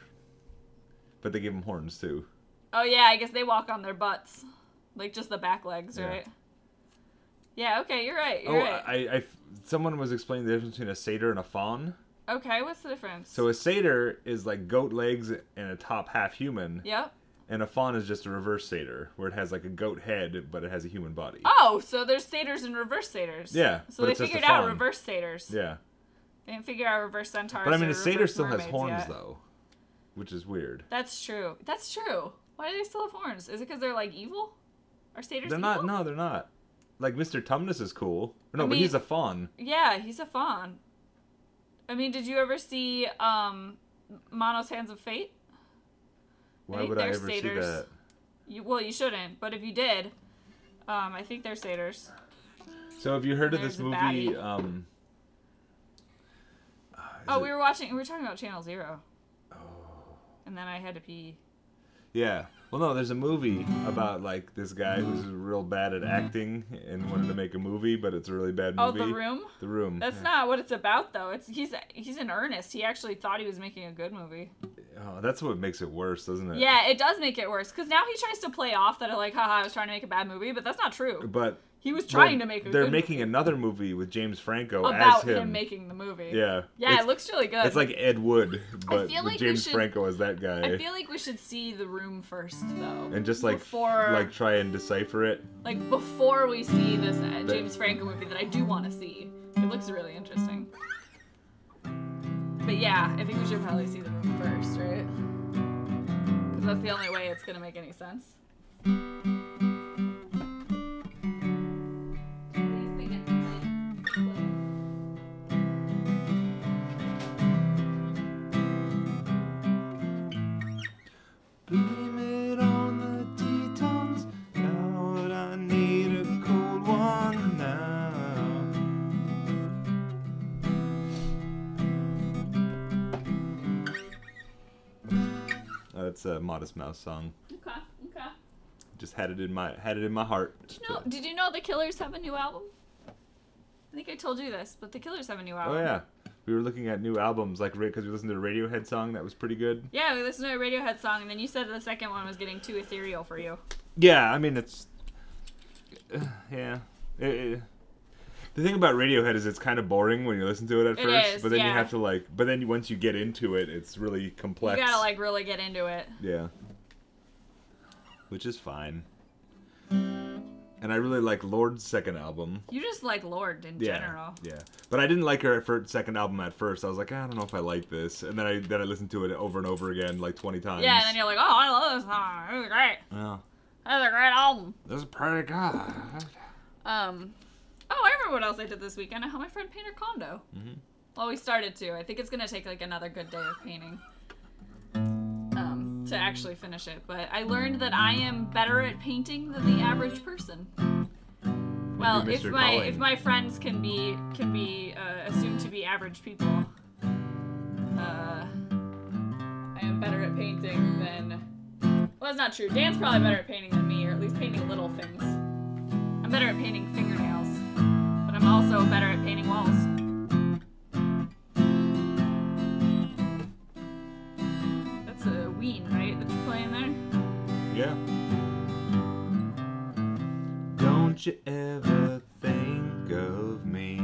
Speaker 2: But they give him horns too.
Speaker 3: Oh, yeah, I guess they walk on their butts. Like, just the back legs,
Speaker 2: Yeah.
Speaker 3: right? Yeah, okay, you're right. You're
Speaker 2: oh,
Speaker 3: right.
Speaker 2: I, I, someone was explaining the difference between a satyr and a fawn.
Speaker 3: okay, what's the difference?
Speaker 2: So a satyr is like goat legs and a top half human,
Speaker 3: yep.
Speaker 2: and a fawn is just a reverse satyr, where it has like a goat head but it has a human body.
Speaker 3: Oh, so there's satyrs and reverse satyrs.
Speaker 2: Yeah,
Speaker 3: So
Speaker 2: but
Speaker 3: they
Speaker 2: it's just a
Speaker 3: figured out
Speaker 2: fawn.
Speaker 3: reverse satyrs.
Speaker 2: Yeah,
Speaker 3: They didn't figure out reverse centaurs.
Speaker 2: but I mean
Speaker 3: or
Speaker 2: a satyr
Speaker 3: reverse
Speaker 2: still has
Speaker 3: mermaids
Speaker 2: horns
Speaker 3: yet.
Speaker 2: though, which is weird.
Speaker 3: That's true. That's true. Why do they still have horns? Is it because they're like evil? Are satyrs
Speaker 2: They're
Speaker 3: evil?
Speaker 2: not. No, they're not. Like Mr. Tumnus is cool. No,
Speaker 3: I
Speaker 2: but he's
Speaker 3: mean-
Speaker 2: a fawn.
Speaker 3: Yeah, he's a fawn. I mean, did you ever see um, Mono's Hands of Fate?
Speaker 2: Why
Speaker 3: think
Speaker 2: would I
Speaker 3: they're
Speaker 2: ever see
Speaker 3: satyrs.
Speaker 2: that?
Speaker 3: You, well, you shouldn't, but if you did, um, I think they're satyrs.
Speaker 2: So have you heard of this
Speaker 3: There's a
Speaker 2: movie?
Speaker 3: baddie.
Speaker 2: Um, uh, is
Speaker 3: Oh,
Speaker 2: it-
Speaker 3: we were watching. We were talking about Channel Zero. And then I had to pee.
Speaker 2: Yeah. Well, no, there's a movie about like this guy who's real bad at acting and wanted to make a movie, but it's a really bad
Speaker 3: Oh,
Speaker 2: movie.
Speaker 3: the room.
Speaker 2: The Room.
Speaker 3: That's not what it's about, though. It's he's he's in earnest. He actually thought he was making a good movie.
Speaker 2: Oh, that's what makes it worse, doesn't it?
Speaker 3: Yeah, it does make it worse because now he tries to play off that like, haha, I was trying to make a bad movie, but that's not true.
Speaker 2: But
Speaker 3: He was trying
Speaker 2: well,
Speaker 3: to make a
Speaker 2: They're
Speaker 3: good
Speaker 2: making another movie with James Franco
Speaker 3: movie about
Speaker 2: as him.
Speaker 3: him. making the movie.
Speaker 2: yeah.
Speaker 3: yeah,
Speaker 2: It's,
Speaker 3: it looks really good.
Speaker 2: it's like Ed Wood, but
Speaker 3: feel
Speaker 2: with
Speaker 3: like we
Speaker 2: James
Speaker 3: should-
Speaker 2: Franco as that guy,
Speaker 3: I feel like we should see the room first though,
Speaker 2: and just like f-
Speaker 3: before
Speaker 2: like try and decipher it.
Speaker 3: like, before we see this uh, James Franco movie that I do want to see. It looks really interesting. But yeah, I think we should probably see the room first, right? Because that's the only way it's gonna make any sense.
Speaker 2: That's a Modest Mouse song.
Speaker 3: Okay, okay.
Speaker 2: Just had it in my had it in my heart.
Speaker 3: Did you know? Did you know the Killers have a new album? I think I told you this, but the Killers have a new album.
Speaker 2: Oh yeah, we were looking at new albums like because we listened to a Radiohead song that was pretty good.
Speaker 3: Yeah, we listened to a Radiohead song, and then you said the second one was getting too ethereal for you.
Speaker 2: Yeah, I mean it's (sighs) yeah. It- it- the thing about Radiohead is it's kind of boring when you listen to it at
Speaker 3: It
Speaker 2: first,
Speaker 3: is,
Speaker 2: but then you
Speaker 3: yeah.
Speaker 2: have to like. But then once you get into it, it's really complex.
Speaker 3: You gotta like really get into it.
Speaker 2: Yeah. Which is fine. And I really like Lord's second album.
Speaker 3: You just like Lord in
Speaker 2: Yeah.
Speaker 3: general.
Speaker 2: Yeah. But I didn't like her for second album at first. I was like, "Ah, I don't know if I like this. And then I then I listened to it over and over again like 20 times.
Speaker 3: Yeah, and then you're like, oh, I love this song. It was great.
Speaker 2: Yeah.
Speaker 3: That was a great album.
Speaker 2: This is pretty good.
Speaker 3: Um, oh, I remember what else I did this weekend. I helped my friend paint her condo. Mm-hmm. Well, we started to. I think it's gonna take like another good day of painting um, to actually finish it. But I learned that I am better at painting than the average person. Well,
Speaker 2: you,
Speaker 3: if
Speaker 2: Mr.
Speaker 3: my
Speaker 2: Colling.
Speaker 3: if my friends can be can be uh, assumed to be average people, uh, I am better at painting than. Well, that's not true. Dan's probably better at painting than me, or at least painting little things. I'm better at painting fingernails, but I'm also better at painting walls. That's a ween, right? That you're playing there.
Speaker 2: Yeah. Don't you ever think of me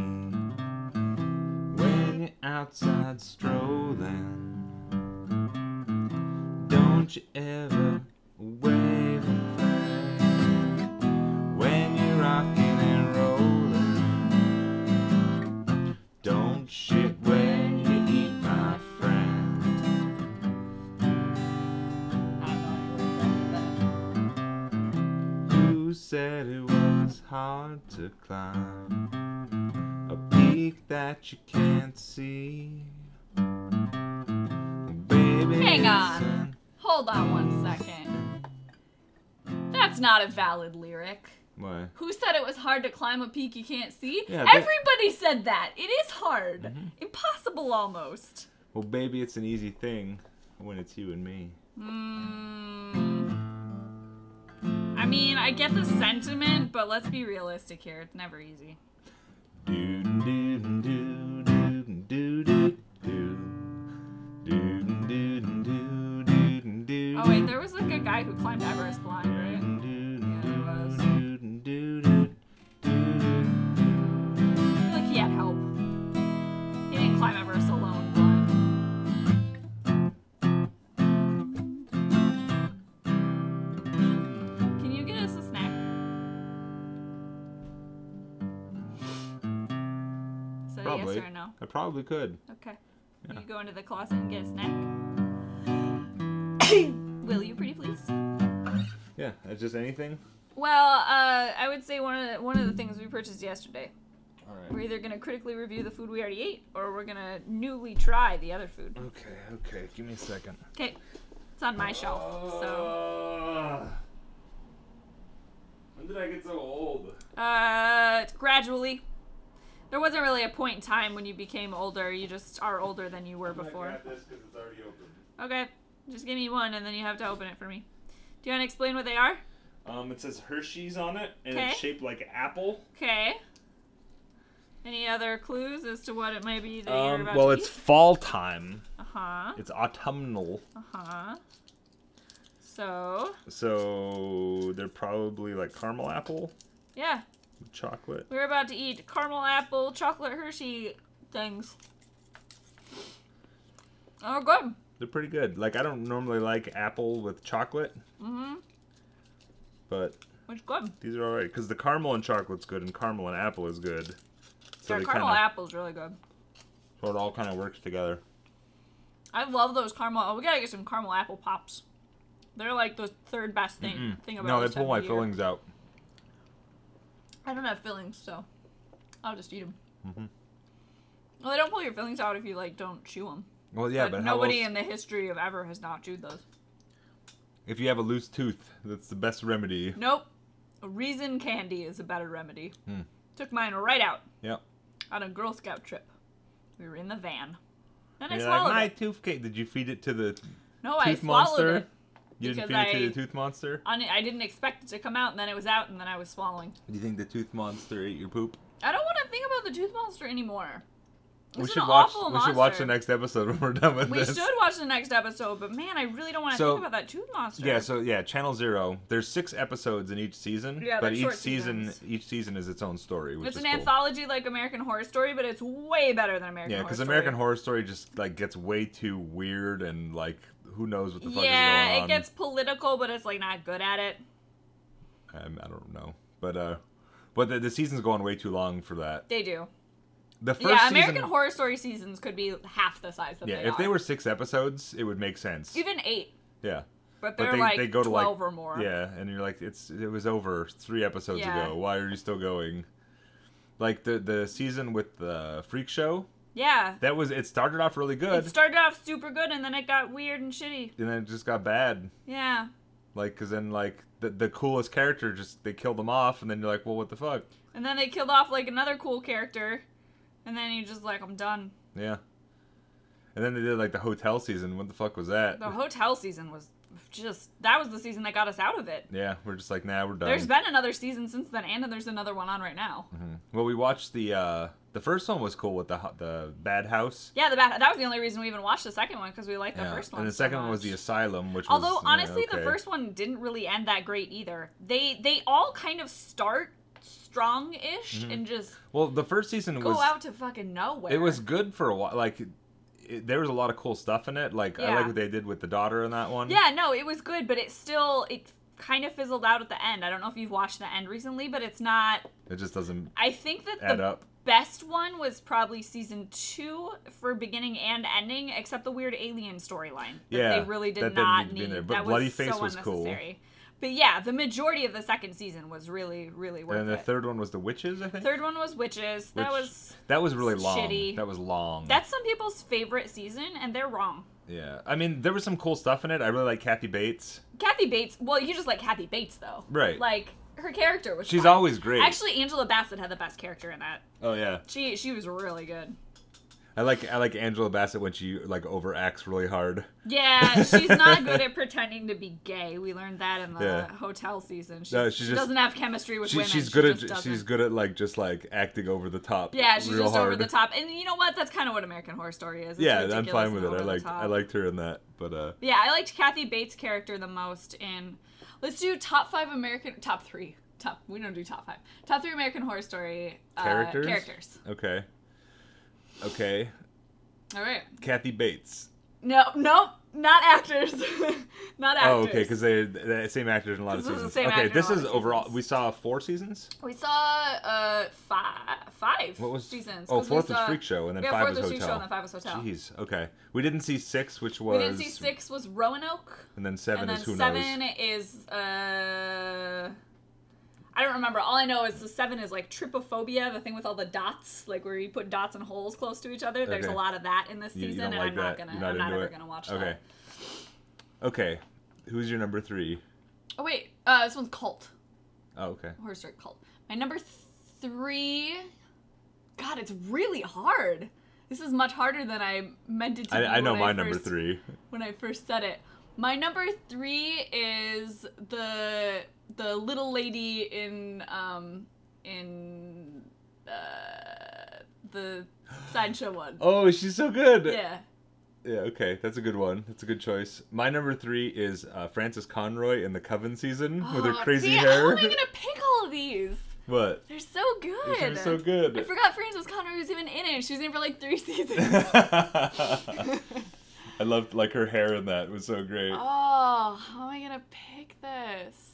Speaker 2: when you're outside strolling? Don't you ever wave a flag when you're rocking and rolling? Don't shit when you eat, my friend.
Speaker 3: I don't know. I really don't do that.
Speaker 2: Who said it was hard to climb a peak that you can't see? Baby,
Speaker 3: Hang on.
Speaker 2: listen.
Speaker 3: Hold on one second. That's not a valid lyric.
Speaker 2: Why?
Speaker 3: Who said it was hard to climb a peak you can't see?
Speaker 2: Yeah, that-
Speaker 3: Everybody said that. It is hard. Impossible almost.
Speaker 2: Well, baby, it's an easy thing when it's you and me.
Speaker 3: Mm. I mean, I get the sentiment, but let's be realistic here. It's never easy. Oh,
Speaker 2: Oh,
Speaker 3: wait, there was like a guy who climbed Everest blind, right? I feel like he had help. He didn't climb Everest alone. blind. Can you get us a snack? So
Speaker 2: Probably.
Speaker 3: yes or no?
Speaker 2: I probably could.
Speaker 3: Okay.
Speaker 2: Yeah.
Speaker 3: Will you go into the closet and get a snack? Will you, pretty please?
Speaker 2: Yeah, that's just anything.
Speaker 3: Well, uh, I would say one of the, one of the things we purchased yesterday.
Speaker 2: All
Speaker 3: We're either gonna critically review the food we already ate, or we're gonna newly try the other food.
Speaker 2: Okay, okay. Give me a second.
Speaker 3: Okay, it's on my shelf. So,
Speaker 2: Ah! When did I get so old?
Speaker 3: uh, gradually, there wasn't really a point in time when you became older. You just are older than you were before.
Speaker 2: this because it's already open.
Speaker 3: Okay, just give me one, and then you have to open it for me. Do you want to explain what they are?
Speaker 2: Um, it says Hershey's on it, and
Speaker 3: Okay.
Speaker 2: it's shaped like an apple.
Speaker 3: Okay. Any other clues as to what it might be that
Speaker 2: Um,
Speaker 3: you're about to
Speaker 2: fall time.
Speaker 3: Uh huh.
Speaker 2: It's autumnal,
Speaker 3: Uh huh. So,
Speaker 2: so they're probably like caramel apple
Speaker 3: yeah,
Speaker 2: with chocolate.
Speaker 3: we were about to eat caramel apple chocolate Hershey things. Oh, good.
Speaker 2: They're pretty good. Like I don't normally like apple with chocolate,
Speaker 3: Mm-hmm.
Speaker 2: but
Speaker 3: It's good.
Speaker 2: these are alright because the caramel and chocolate's good, and caramel and apple is good. So
Speaker 3: yeah,
Speaker 2: they
Speaker 3: caramel
Speaker 2: kinda,
Speaker 3: apple's really good.
Speaker 2: so it all kind of works together.
Speaker 3: I love those caramel. Oh, we gotta get some caramel apple pops. They're like the third best thing. thing about
Speaker 2: No, they
Speaker 3: this time
Speaker 2: pull
Speaker 3: of
Speaker 2: my
Speaker 3: year.
Speaker 2: fillings out.
Speaker 3: I don't have fillings, so I'll just eat them.
Speaker 2: Mm-hmm.
Speaker 3: Well, they don't pull your fillings out if you like don't chew them.
Speaker 2: Well, yeah,
Speaker 3: but,
Speaker 2: but, how
Speaker 3: nobody
Speaker 2: else-
Speaker 3: in the history of ever has not chewed those.
Speaker 2: if you have a loose tooth, that's the best remedy.
Speaker 3: Nope. Raisin candy is a better remedy.
Speaker 2: Hmm.
Speaker 3: Took mine right out
Speaker 2: Yep.
Speaker 3: on a Girl Scout trip. We were in the van. Then I
Speaker 2: You're like,
Speaker 3: swallowed
Speaker 2: my
Speaker 3: it.
Speaker 2: toothcake. Did you feed it to the
Speaker 3: No, I
Speaker 2: tooth
Speaker 3: swallowed
Speaker 2: monster?
Speaker 3: it.
Speaker 2: You didn't
Speaker 3: because
Speaker 2: feed it to
Speaker 3: I
Speaker 2: the tooth monster?
Speaker 3: on it, I didn't expect it to come out, and then it was out, and then I was swallowing.
Speaker 2: Do you think the tooth monster ate your poop?
Speaker 3: I don't want to think about the tooth monster anymore. This
Speaker 2: we
Speaker 3: is
Speaker 2: should
Speaker 3: an
Speaker 2: watch
Speaker 3: awful
Speaker 2: we should watch
Speaker 3: monster.
Speaker 2: the next episode when we're done with
Speaker 3: We
Speaker 2: this.
Speaker 3: should watch the next episode, but man, I really don't want to
Speaker 2: So-
Speaker 3: think about that tooth monster.
Speaker 2: Yeah, so yeah, Channel Zero. There's six episodes in each season,
Speaker 3: Yeah,
Speaker 2: but
Speaker 3: they're
Speaker 2: each
Speaker 3: short
Speaker 2: season
Speaker 3: seasons.
Speaker 2: each season is its own story, which
Speaker 3: it's
Speaker 2: is
Speaker 3: an
Speaker 2: cool.
Speaker 3: anthology like American Horror Story, but it's way better than American
Speaker 2: Yeah,
Speaker 3: Horror
Speaker 2: because
Speaker 3: Story.
Speaker 2: American Horror Story just like gets way too weird and like who knows what the fuck is
Speaker 3: Yeah,
Speaker 2: going
Speaker 3: it
Speaker 2: on.
Speaker 3: gets political, but it's like not good at it.
Speaker 2: Um, I don't know, but uh, but the, the season's going way too long for that.
Speaker 3: They do.
Speaker 2: The first
Speaker 3: yeah,
Speaker 2: season,
Speaker 3: American Horror Story seasons could be half the size that
Speaker 2: yeah,
Speaker 3: they
Speaker 2: if
Speaker 3: are.
Speaker 2: they were six episodes, it would make sense.
Speaker 3: even eight,
Speaker 2: yeah,
Speaker 3: but
Speaker 2: But
Speaker 3: they're
Speaker 2: they-
Speaker 3: like
Speaker 2: they go to, like-
Speaker 3: twelve or more.
Speaker 2: yeah, and you're like, it's it was over three episodes
Speaker 3: Yeah.
Speaker 2: ago. Why are you still going? Like the the season with the freak show,
Speaker 3: yeah.
Speaker 2: that was it started off really good,
Speaker 3: It started off super good, and then it got weird and shitty.
Speaker 2: and then it just got bad.
Speaker 3: Yeah.
Speaker 2: Like, cause then like the the coolest character just they killed them off, and then you're like, well, what the fuck?
Speaker 3: And then they killed off like another cool character, and then you're just like, I'm done.
Speaker 2: Yeah. And then they did like the hotel season. What the fuck was that?
Speaker 3: The hotel season was just that was the season that got us out of it.
Speaker 2: yeah, we're just like, nah, we're done.
Speaker 3: There's been another season since then, and there's another one on right now.
Speaker 2: Well, we watched the uh the first one was cool with the ho- the bad house.
Speaker 3: Yeah, the bad, that was the only reason we even watched the second one because we liked the
Speaker 2: Yeah.
Speaker 3: first one.
Speaker 2: and the
Speaker 3: so
Speaker 2: second one was
Speaker 3: much.
Speaker 2: the asylum, which
Speaker 3: Although
Speaker 2: was, yeah,
Speaker 3: honestly, the
Speaker 2: okay.
Speaker 3: first one didn't really end that great either. They they all kind of start strong-ish and just
Speaker 2: well, the first season
Speaker 3: go
Speaker 2: Mm-hmm. was
Speaker 3: out to fucking nowhere.
Speaker 2: it was good for a while. Like it, there was a lot of cool stuff in it. Like I
Speaker 3: Yeah.
Speaker 2: like what they did with the daughter in that one.
Speaker 3: yeah, no, it was good, but it still it kind of fizzled out at the end. I don't know if you've watched the end recently, but it's not.
Speaker 2: it just doesn't
Speaker 3: I think that
Speaker 2: add
Speaker 3: the
Speaker 2: up.
Speaker 3: best one was probably season two for beginning and ending, except the weird alien storyline. that
Speaker 2: Yeah,
Speaker 3: they really did
Speaker 2: that didn't need
Speaker 3: not
Speaker 2: to
Speaker 3: need.
Speaker 2: be in there, but
Speaker 3: That
Speaker 2: Bloody
Speaker 3: was
Speaker 2: Face
Speaker 3: so
Speaker 2: was cool.
Speaker 3: unnecessary. But yeah, the majority of the second season was really, really worth
Speaker 2: And then the
Speaker 3: it.
Speaker 2: third one was the witches. I think
Speaker 3: Third one was witches. That
Speaker 2: Which-
Speaker 3: was
Speaker 2: that was really long.
Speaker 3: shitty.
Speaker 2: That was long.
Speaker 3: that's some people's favorite season, and they're wrong.
Speaker 2: yeah. I mean, there was some cool stuff in it. I really like Kathy Bates.
Speaker 3: Kathy Bates. Well, you just like Kathy Bates though,
Speaker 2: Right.
Speaker 3: Like her character was.
Speaker 2: She's
Speaker 3: fun.
Speaker 2: always great.
Speaker 3: Actually, Angela Bassett had the best character in that.
Speaker 2: oh yeah.
Speaker 3: She she was really good.
Speaker 2: I like I like Angela Bassett when she like overacts really hard.
Speaker 3: Yeah, she's not
Speaker 2: (laughs)
Speaker 3: good at pretending to be gay. We learned that in the
Speaker 2: Yeah.
Speaker 3: hotel season. She's,
Speaker 2: No,
Speaker 3: she
Speaker 2: she's just-
Speaker 3: doesn't have chemistry with
Speaker 2: She,
Speaker 3: women.
Speaker 2: she's
Speaker 3: She
Speaker 2: good
Speaker 3: just
Speaker 2: at
Speaker 3: doesn't.
Speaker 2: she's good at like just like acting over the top.
Speaker 3: yeah, she's
Speaker 2: real
Speaker 3: just over
Speaker 2: hard.
Speaker 3: the top. And you know what? That's kind of what American Horror Story is. It's
Speaker 2: Yeah, I'm
Speaker 3: ridiculous
Speaker 2: fine with
Speaker 3: and
Speaker 2: it. I
Speaker 3: over the
Speaker 2: liked I
Speaker 3: top.
Speaker 2: liked her in that, but uh,
Speaker 3: Yeah, I liked Kathy Bates' character the most in. Let's do top five American top three top. We don't do top five. Top three American Horror Story uh,
Speaker 2: Characters?
Speaker 3: Characters.
Speaker 2: okay, okay.
Speaker 3: All right.
Speaker 2: Kathy Bates.
Speaker 3: No, nope, not actors. (laughs) not actors.
Speaker 2: Oh, okay, because they the same actors in a lot of
Speaker 3: This is the
Speaker 2: seasons.
Speaker 3: same actor
Speaker 2: okay,
Speaker 3: in
Speaker 2: this
Speaker 3: a lot
Speaker 2: is
Speaker 3: of
Speaker 2: overall.
Speaker 3: seasons.
Speaker 2: We saw four seasons.
Speaker 3: we saw uh five five
Speaker 2: What was
Speaker 3: seasons.
Speaker 2: Oh,
Speaker 3: 'cause we
Speaker 2: fourth was
Speaker 3: saw-
Speaker 2: Freak Show, and then
Speaker 3: yeah,
Speaker 2: five
Speaker 3: fourth
Speaker 2: was
Speaker 3: was Freak Show
Speaker 2: Hotel.
Speaker 3: and then five was Hotel.
Speaker 2: Jeez. Okay, we didn't see six, which
Speaker 3: We
Speaker 2: was
Speaker 3: didn't see six was Roanoke,
Speaker 2: and then seven
Speaker 3: and then
Speaker 2: is who
Speaker 3: seven
Speaker 2: knows.
Speaker 3: is uh. I don't remember. All I know is the seven is like trypophobia, the thing with all the dots, like where you put dots and holes close to each other. There's
Speaker 2: Okay.
Speaker 3: a lot of that in this
Speaker 2: You- you
Speaker 3: season,
Speaker 2: don't
Speaker 3: and
Speaker 2: like
Speaker 3: I'm
Speaker 2: that.
Speaker 3: not gonna,
Speaker 2: You're not
Speaker 3: I'm not
Speaker 2: into
Speaker 3: ever
Speaker 2: it.
Speaker 3: gonna watch
Speaker 2: Okay.
Speaker 3: that.
Speaker 2: Okay, who's your number three?
Speaker 3: Oh wait, uh, this one's cult.
Speaker 2: Oh, okay.
Speaker 3: horror story cult. My number th- three. God, it's really hard. This is much harder than I meant it to
Speaker 2: I,
Speaker 3: be.
Speaker 2: I know
Speaker 3: when
Speaker 2: my number
Speaker 3: first-
Speaker 2: three.
Speaker 3: When I first said it, my number three is the the little lady in um in uh, the sideshow one.
Speaker 2: Oh, she's so good.
Speaker 3: Yeah.
Speaker 2: Yeah, Okay, that's a good one. That's a good choice. My number three is uh, Frances Conroy in the Coven season with her
Speaker 3: Oh,
Speaker 2: crazy
Speaker 3: see, How
Speaker 2: hair.
Speaker 3: am I gonna pick all of these?
Speaker 2: (laughs) what?
Speaker 3: They're so good.
Speaker 2: She was so
Speaker 3: I
Speaker 2: good.
Speaker 3: forgot Frances Conroy was even in it. She was in it for like
Speaker 2: (laughs)
Speaker 3: three (laughs) seasons.
Speaker 2: I loved like her hair in that was so great.
Speaker 3: Oh, how am I gonna pick this?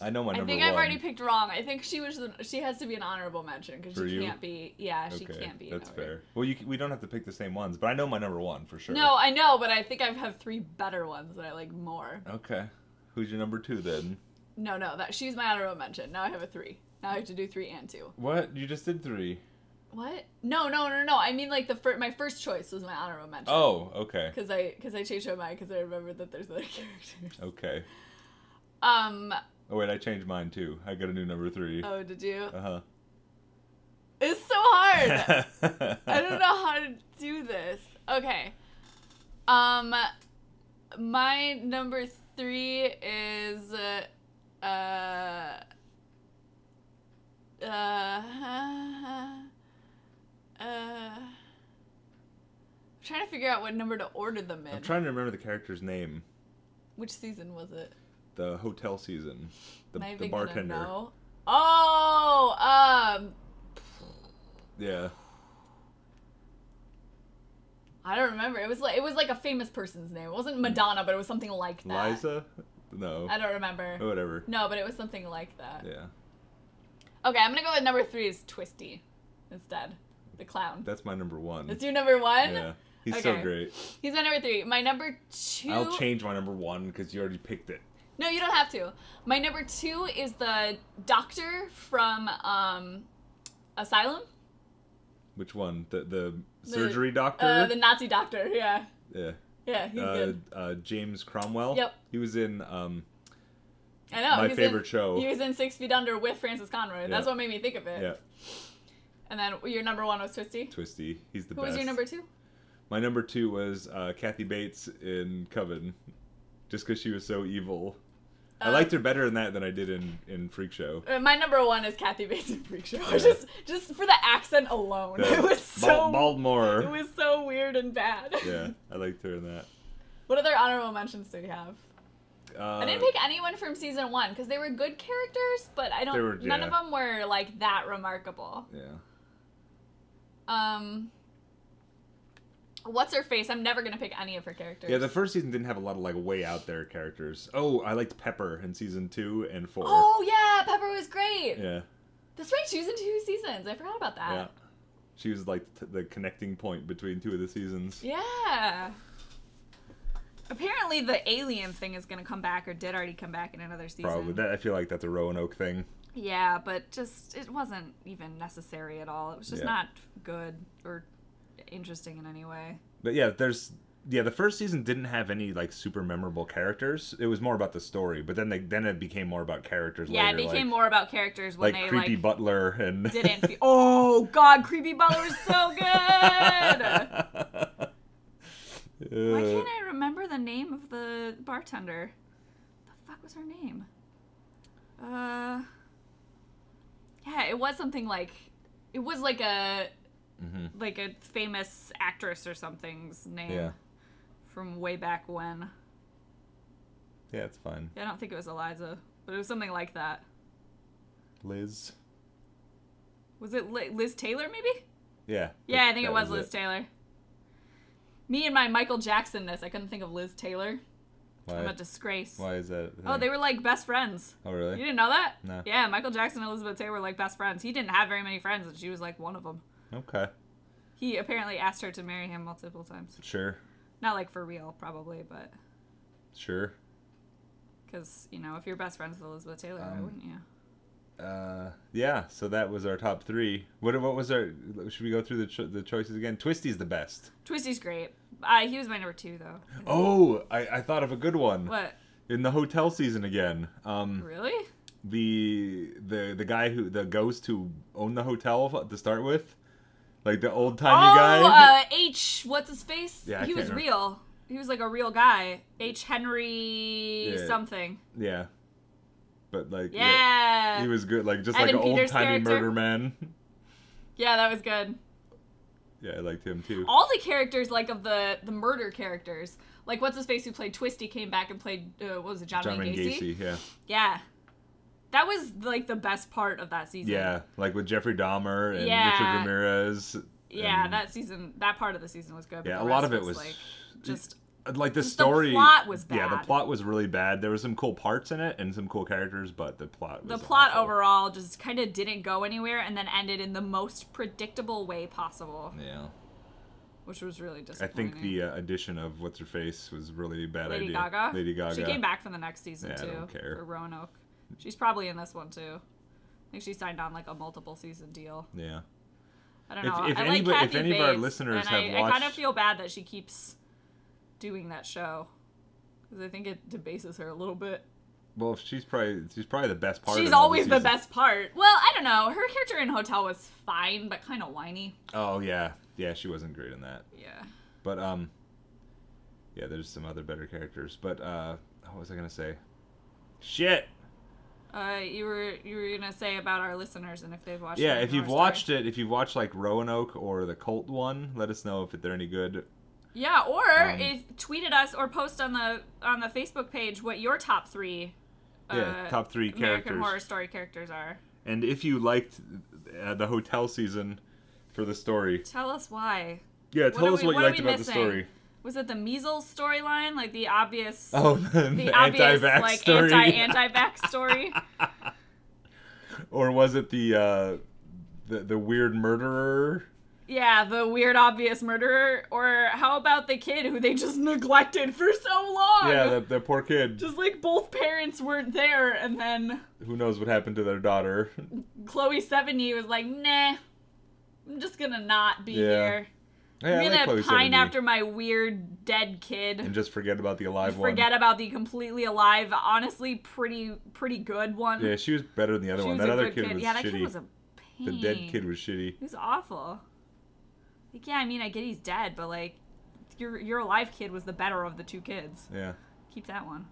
Speaker 2: I know my
Speaker 3: I
Speaker 2: number
Speaker 3: think
Speaker 2: one.
Speaker 3: I've already picked wrong. I think she was the, she has to be an honorable mention because
Speaker 2: For
Speaker 3: she
Speaker 2: you?
Speaker 3: can't be. Yeah, she
Speaker 2: okay,
Speaker 3: can't be.
Speaker 2: That's
Speaker 3: honorary.
Speaker 2: fair. Well, you, c- we don't have to pick the same ones, but I know my number one for sure.
Speaker 3: No, I know, but I think I have three better ones that I like more.
Speaker 2: Okay. Who's your number two then?
Speaker 3: No, no, that she's my honorable mention. Now I have a three. Now I have to do three and two.
Speaker 2: What? You just did three.
Speaker 3: What? No, no, no, no. I mean like the first. My first choice was my honorable mention.
Speaker 2: Oh, okay.
Speaker 3: Because I because I changed my mind because I remembered that there's other (laughs) characters.
Speaker 2: Okay.
Speaker 3: Um.
Speaker 2: Oh wait, I changed mine too. I got a new number three.
Speaker 3: Oh, did you? (laughs)
Speaker 2: Uh
Speaker 3: It's so
Speaker 2: (laughs)
Speaker 3: hard.
Speaker 2: huh.
Speaker 3: I don't know how to do this. Okay. Um My number three is. Uh, uh, uh, uh, I'm trying to figure out what number to order them in.
Speaker 2: I'm trying to remember the character's name.
Speaker 3: Which season was it?
Speaker 2: The hotel season. The,
Speaker 3: Am I
Speaker 2: the
Speaker 3: even gonna
Speaker 2: bartender.
Speaker 3: know? Oh, um,
Speaker 2: Yeah.
Speaker 3: I don't remember. It was like it was like a famous person's name. It wasn't Madonna, but it was something like that.
Speaker 2: Liza? No.
Speaker 3: I don't remember.
Speaker 2: Oh, whatever.
Speaker 3: No, but it was something like that.
Speaker 2: Yeah.
Speaker 3: Okay, I'm gonna go with number three is Twisty instead. The clown.
Speaker 2: That's my number one.
Speaker 3: That's your number one?
Speaker 2: yeah. He's so
Speaker 3: Okay.
Speaker 2: great.
Speaker 3: He's my number three. My number 2
Speaker 2: I'll change my number one because you already picked it.
Speaker 3: No, you don't have to. My number two is the doctor from um Asylum.
Speaker 2: Which one? The the
Speaker 3: The-
Speaker 2: surgery doctor?
Speaker 3: Uh, the Nazi doctor, (laughs) yeah.
Speaker 2: yeah.
Speaker 3: Yeah, he's
Speaker 2: Uh,
Speaker 3: good.
Speaker 2: uh, James Cromwell.
Speaker 3: Yep.
Speaker 2: He was in um
Speaker 3: I know.
Speaker 2: my
Speaker 3: he's
Speaker 2: favorite
Speaker 3: in,
Speaker 2: show.
Speaker 3: He was in Six Feet Under with Francis Conroy. That's
Speaker 2: Yeah.
Speaker 3: what made me think of it.
Speaker 2: yeah,
Speaker 3: And then your number one was Twisty.
Speaker 2: Twisty. He's the
Speaker 3: Who
Speaker 2: best.
Speaker 3: was your number two?
Speaker 2: My number two was uh, Kathy Bates in Coven, just because she was so evil. I
Speaker 3: Uh,
Speaker 2: liked her better in that than I did in in Freak Show.
Speaker 3: Uh, My number one is Kathy Bates in Freak Show.
Speaker 2: Yeah.
Speaker 3: (laughs) Just, just for the accent alone,
Speaker 2: Yeah.
Speaker 3: (laughs) (laughs) it was so
Speaker 2: Bal- Baltimore.
Speaker 3: (laughs) it was so weird and bad.
Speaker 2: (laughs) yeah, I liked her in that.
Speaker 3: What other honorable mentions did you have?
Speaker 2: Uh,
Speaker 3: I didn't pick anyone from season one because they were good characters, but I
Speaker 2: They
Speaker 3: don't.
Speaker 2: were-
Speaker 3: None
Speaker 2: yeah.
Speaker 3: of them were like that remarkable.
Speaker 2: Yeah.
Speaker 3: Um, what's her face? I'm never gonna pick any of her characters.
Speaker 2: Yeah, the first season didn't have a lot of like way out there characters. Oh, I liked Pepper in season two and four.
Speaker 3: oh yeah, Pepper was great.
Speaker 2: Yeah,
Speaker 3: That's right. She was in two seasons. I forgot about
Speaker 2: yeah.
Speaker 3: that.
Speaker 2: She was like t- the connecting point between two of the seasons.
Speaker 3: Yeah. Apparently, the alien thing is gonna come back, or did already come back in another season.
Speaker 2: Probably that. I feel like that's a Roanoke thing.
Speaker 3: Yeah, but just it wasn't even necessary at all. It was just
Speaker 2: Yeah.
Speaker 3: not good or interesting in any way.
Speaker 2: But yeah, there's yeah, the first season didn't have any like super memorable characters. It was more about the story, but then they then it became more about characters
Speaker 3: Yeah, it
Speaker 2: later,
Speaker 3: became
Speaker 2: like,
Speaker 3: more about characters when
Speaker 2: like
Speaker 3: they
Speaker 2: creepy
Speaker 3: like
Speaker 2: butler and (laughs)
Speaker 3: didn't. Fe- oh God, creepy butler was so good. (laughs) Why
Speaker 2: (laughs) Uh,
Speaker 3: can't I remember the name of the bartender? The fuck was her name? Uh, yeah, it was something like it was like a
Speaker 2: mhm.
Speaker 3: like a famous actress or something's name
Speaker 2: Yeah.
Speaker 3: from way back when.
Speaker 2: Yeah, it's fine.
Speaker 3: I don't think it was Eliza, but it was something like that.
Speaker 2: Liz.
Speaker 3: Was it Li- Liz Taylor, maybe?
Speaker 2: Yeah.
Speaker 3: Yeah,
Speaker 2: that-
Speaker 3: I think it
Speaker 2: that
Speaker 3: was Liz Taylor. Me and my Michael Jacksonness, I couldn't think of Liz Taylor. I'm
Speaker 2: Why,
Speaker 3: a disgrace.
Speaker 2: why is that? a
Speaker 3: Oh,
Speaker 2: thing?
Speaker 3: they were like best friends.
Speaker 2: Oh,
Speaker 3: You
Speaker 2: really?
Speaker 3: didn't know that?
Speaker 2: No.
Speaker 3: Yeah, Michael Jackson and Elizabeth Taylor were like best friends. He didn't have very many friends, and she was like one of them.
Speaker 2: Okay.
Speaker 3: He apparently asked her to marry him multiple times.
Speaker 2: Sure.
Speaker 3: Not like for real, probably, but
Speaker 2: Sure.
Speaker 3: because, you know, if you're best friends with Elizabeth Taylor, why
Speaker 2: Um,
Speaker 3: wouldn't you?
Speaker 2: Uh, yeah. So that was our top three. What what was our? Should we go through the cho- the choices again? Twisty's the best.
Speaker 3: Twisty's great. Uh, he was my number two, though.
Speaker 2: Oh, I, I thought of a good one.
Speaker 3: What?
Speaker 2: in the hotel season again. Um,
Speaker 3: Really?
Speaker 2: the the the guy who the ghost who owned the hotel f- to start with, like the old timey guy.
Speaker 3: uh, H. What's his face?
Speaker 2: Yeah, I
Speaker 3: he
Speaker 2: can't
Speaker 3: was
Speaker 2: remember.
Speaker 3: real. He was like a real guy. H. Henry
Speaker 2: Yeah.
Speaker 3: something.
Speaker 2: yeah, but like yeah,
Speaker 3: Yeah. Yeah,
Speaker 2: he was good. Like just
Speaker 3: Evan
Speaker 2: like an old
Speaker 3: Peters'
Speaker 2: timey
Speaker 3: character.
Speaker 2: murder man. (laughs)
Speaker 3: that was good.
Speaker 2: yeah, I liked him too.
Speaker 3: All the characters, like of the the murder characters, like what's his face who played Twisty came back and played uh, what was it John,
Speaker 2: John
Speaker 3: Wayne
Speaker 2: Wayne
Speaker 3: Gacy?
Speaker 2: Gacy. Yeah,
Speaker 3: Yeah, that was like the best part of that season.
Speaker 2: yeah, like with Jeffrey Dahmer and
Speaker 3: Yeah.
Speaker 2: Richard Ramirez.
Speaker 3: Yeah,
Speaker 2: and-
Speaker 3: that season, that part of the season was good. but
Speaker 2: yeah.
Speaker 3: the
Speaker 2: A lot of
Speaker 3: rest
Speaker 2: it was
Speaker 3: like just
Speaker 2: uh, like the
Speaker 3: just the
Speaker 2: story.
Speaker 3: plot was
Speaker 2: Yeah, the
Speaker 3: bad.
Speaker 2: plot was really bad. There were some cool parts in it and some cool characters, but the plot was
Speaker 3: the plot
Speaker 2: awful.
Speaker 3: overall just kind of didn't go anywhere and then ended in the most predictable way possible,
Speaker 2: Yeah.
Speaker 3: which was really
Speaker 2: I
Speaker 3: disappointing.
Speaker 2: think the uh, addition of what's her face was really a bad
Speaker 3: Lady
Speaker 2: idea.
Speaker 3: Gaga.
Speaker 2: Lady Gaga.
Speaker 3: She came back for the next season
Speaker 2: Yeah, I
Speaker 3: too.
Speaker 2: don't care.
Speaker 3: For Roanoke, she's probably in this one too. I think she signed on like a multiple season deal.
Speaker 2: Yeah.
Speaker 3: I don't
Speaker 2: If-
Speaker 3: know.
Speaker 2: if
Speaker 3: I
Speaker 2: anybody-
Speaker 3: like
Speaker 2: if
Speaker 3: Kathy
Speaker 2: any of our
Speaker 3: Bates,
Speaker 2: listeners
Speaker 3: and
Speaker 2: have
Speaker 3: I, I kind of
Speaker 2: watched-
Speaker 3: feel bad that she keeps doing that show because I think it debases her a little bit.
Speaker 2: Well, she's probably she's probably the best part.
Speaker 3: She's
Speaker 2: of all
Speaker 3: always the
Speaker 2: season.
Speaker 3: best part. Well, I don't know. Her character in Hotel was fine, but kind of whiny.
Speaker 2: Oh yeah, yeah. She wasn't great in that,
Speaker 3: Yeah.
Speaker 2: but um, yeah, there's some other better characters. But uh, what was I gonna say? Shit.
Speaker 3: Uh, you were you were gonna say about our listeners and if they've watched.
Speaker 2: Yeah,
Speaker 3: American
Speaker 2: if you've
Speaker 3: Horror
Speaker 2: watched
Speaker 3: Story.
Speaker 2: it, if you've watched like Roanoke or the Cult one, let us know if they're any good.
Speaker 3: Yeah, or
Speaker 2: Um,
Speaker 3: if tweet at us or post on the on the Facebook page what your top three.
Speaker 2: Yeah,
Speaker 3: uh,
Speaker 2: top three
Speaker 3: American
Speaker 2: characters.
Speaker 3: Horror Story characters are.
Speaker 2: And if you liked uh, the hotel season for the story,
Speaker 3: Tell us why.
Speaker 2: yeah,
Speaker 3: are
Speaker 2: tell us
Speaker 3: we-
Speaker 2: what,
Speaker 3: what
Speaker 2: you
Speaker 3: are
Speaker 2: liked
Speaker 3: we
Speaker 2: about
Speaker 3: missing?
Speaker 2: the story.
Speaker 3: Was it the measles storyline, like the obvious,
Speaker 2: Oh, the,
Speaker 3: the obvious
Speaker 2: anti-vax
Speaker 3: like
Speaker 2: story,
Speaker 3: anti anti vax story?
Speaker 2: (laughs) or was it the uh, the the weird murderer?
Speaker 3: Yeah, the weird obvious murderer, or how about the kid who they just (laughs) neglected for so long?
Speaker 2: Yeah, the, the poor kid.
Speaker 3: Oh, just like both parents weren't there, and then
Speaker 2: Who knows what happened to their daughter? (laughs)
Speaker 3: Chloe seventy was like, "Nah, I'm just gonna not be
Speaker 2: Yeah.
Speaker 3: here.
Speaker 2: Yeah,
Speaker 3: I'm
Speaker 2: I like
Speaker 3: gonna
Speaker 2: Chloe
Speaker 3: pine
Speaker 2: 70.
Speaker 3: after my weird dead kid."
Speaker 2: and just forget about the alive one.
Speaker 3: Forget about the completely alive, honestly pretty pretty good one.
Speaker 2: Yeah, she was better than the other
Speaker 3: She
Speaker 2: one.
Speaker 3: was
Speaker 2: That
Speaker 3: a
Speaker 2: other
Speaker 3: good
Speaker 2: kid, was
Speaker 3: yeah, that
Speaker 2: shitty.
Speaker 3: kid was a pain.
Speaker 2: the dead kid was shitty.
Speaker 3: He was awful. Like, yeah, I mean, I get he's dead, but like, your your alive kid was the better of the two kids.
Speaker 2: Yeah. (laughs)
Speaker 3: Keep that one.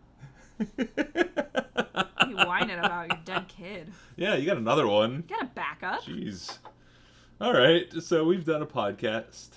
Speaker 3: You
Speaker 2: (laughs)
Speaker 3: whining about your dead kid?
Speaker 2: yeah, you got another one.
Speaker 3: You gotta back up.
Speaker 2: Jeez. All right, so we've done a podcast.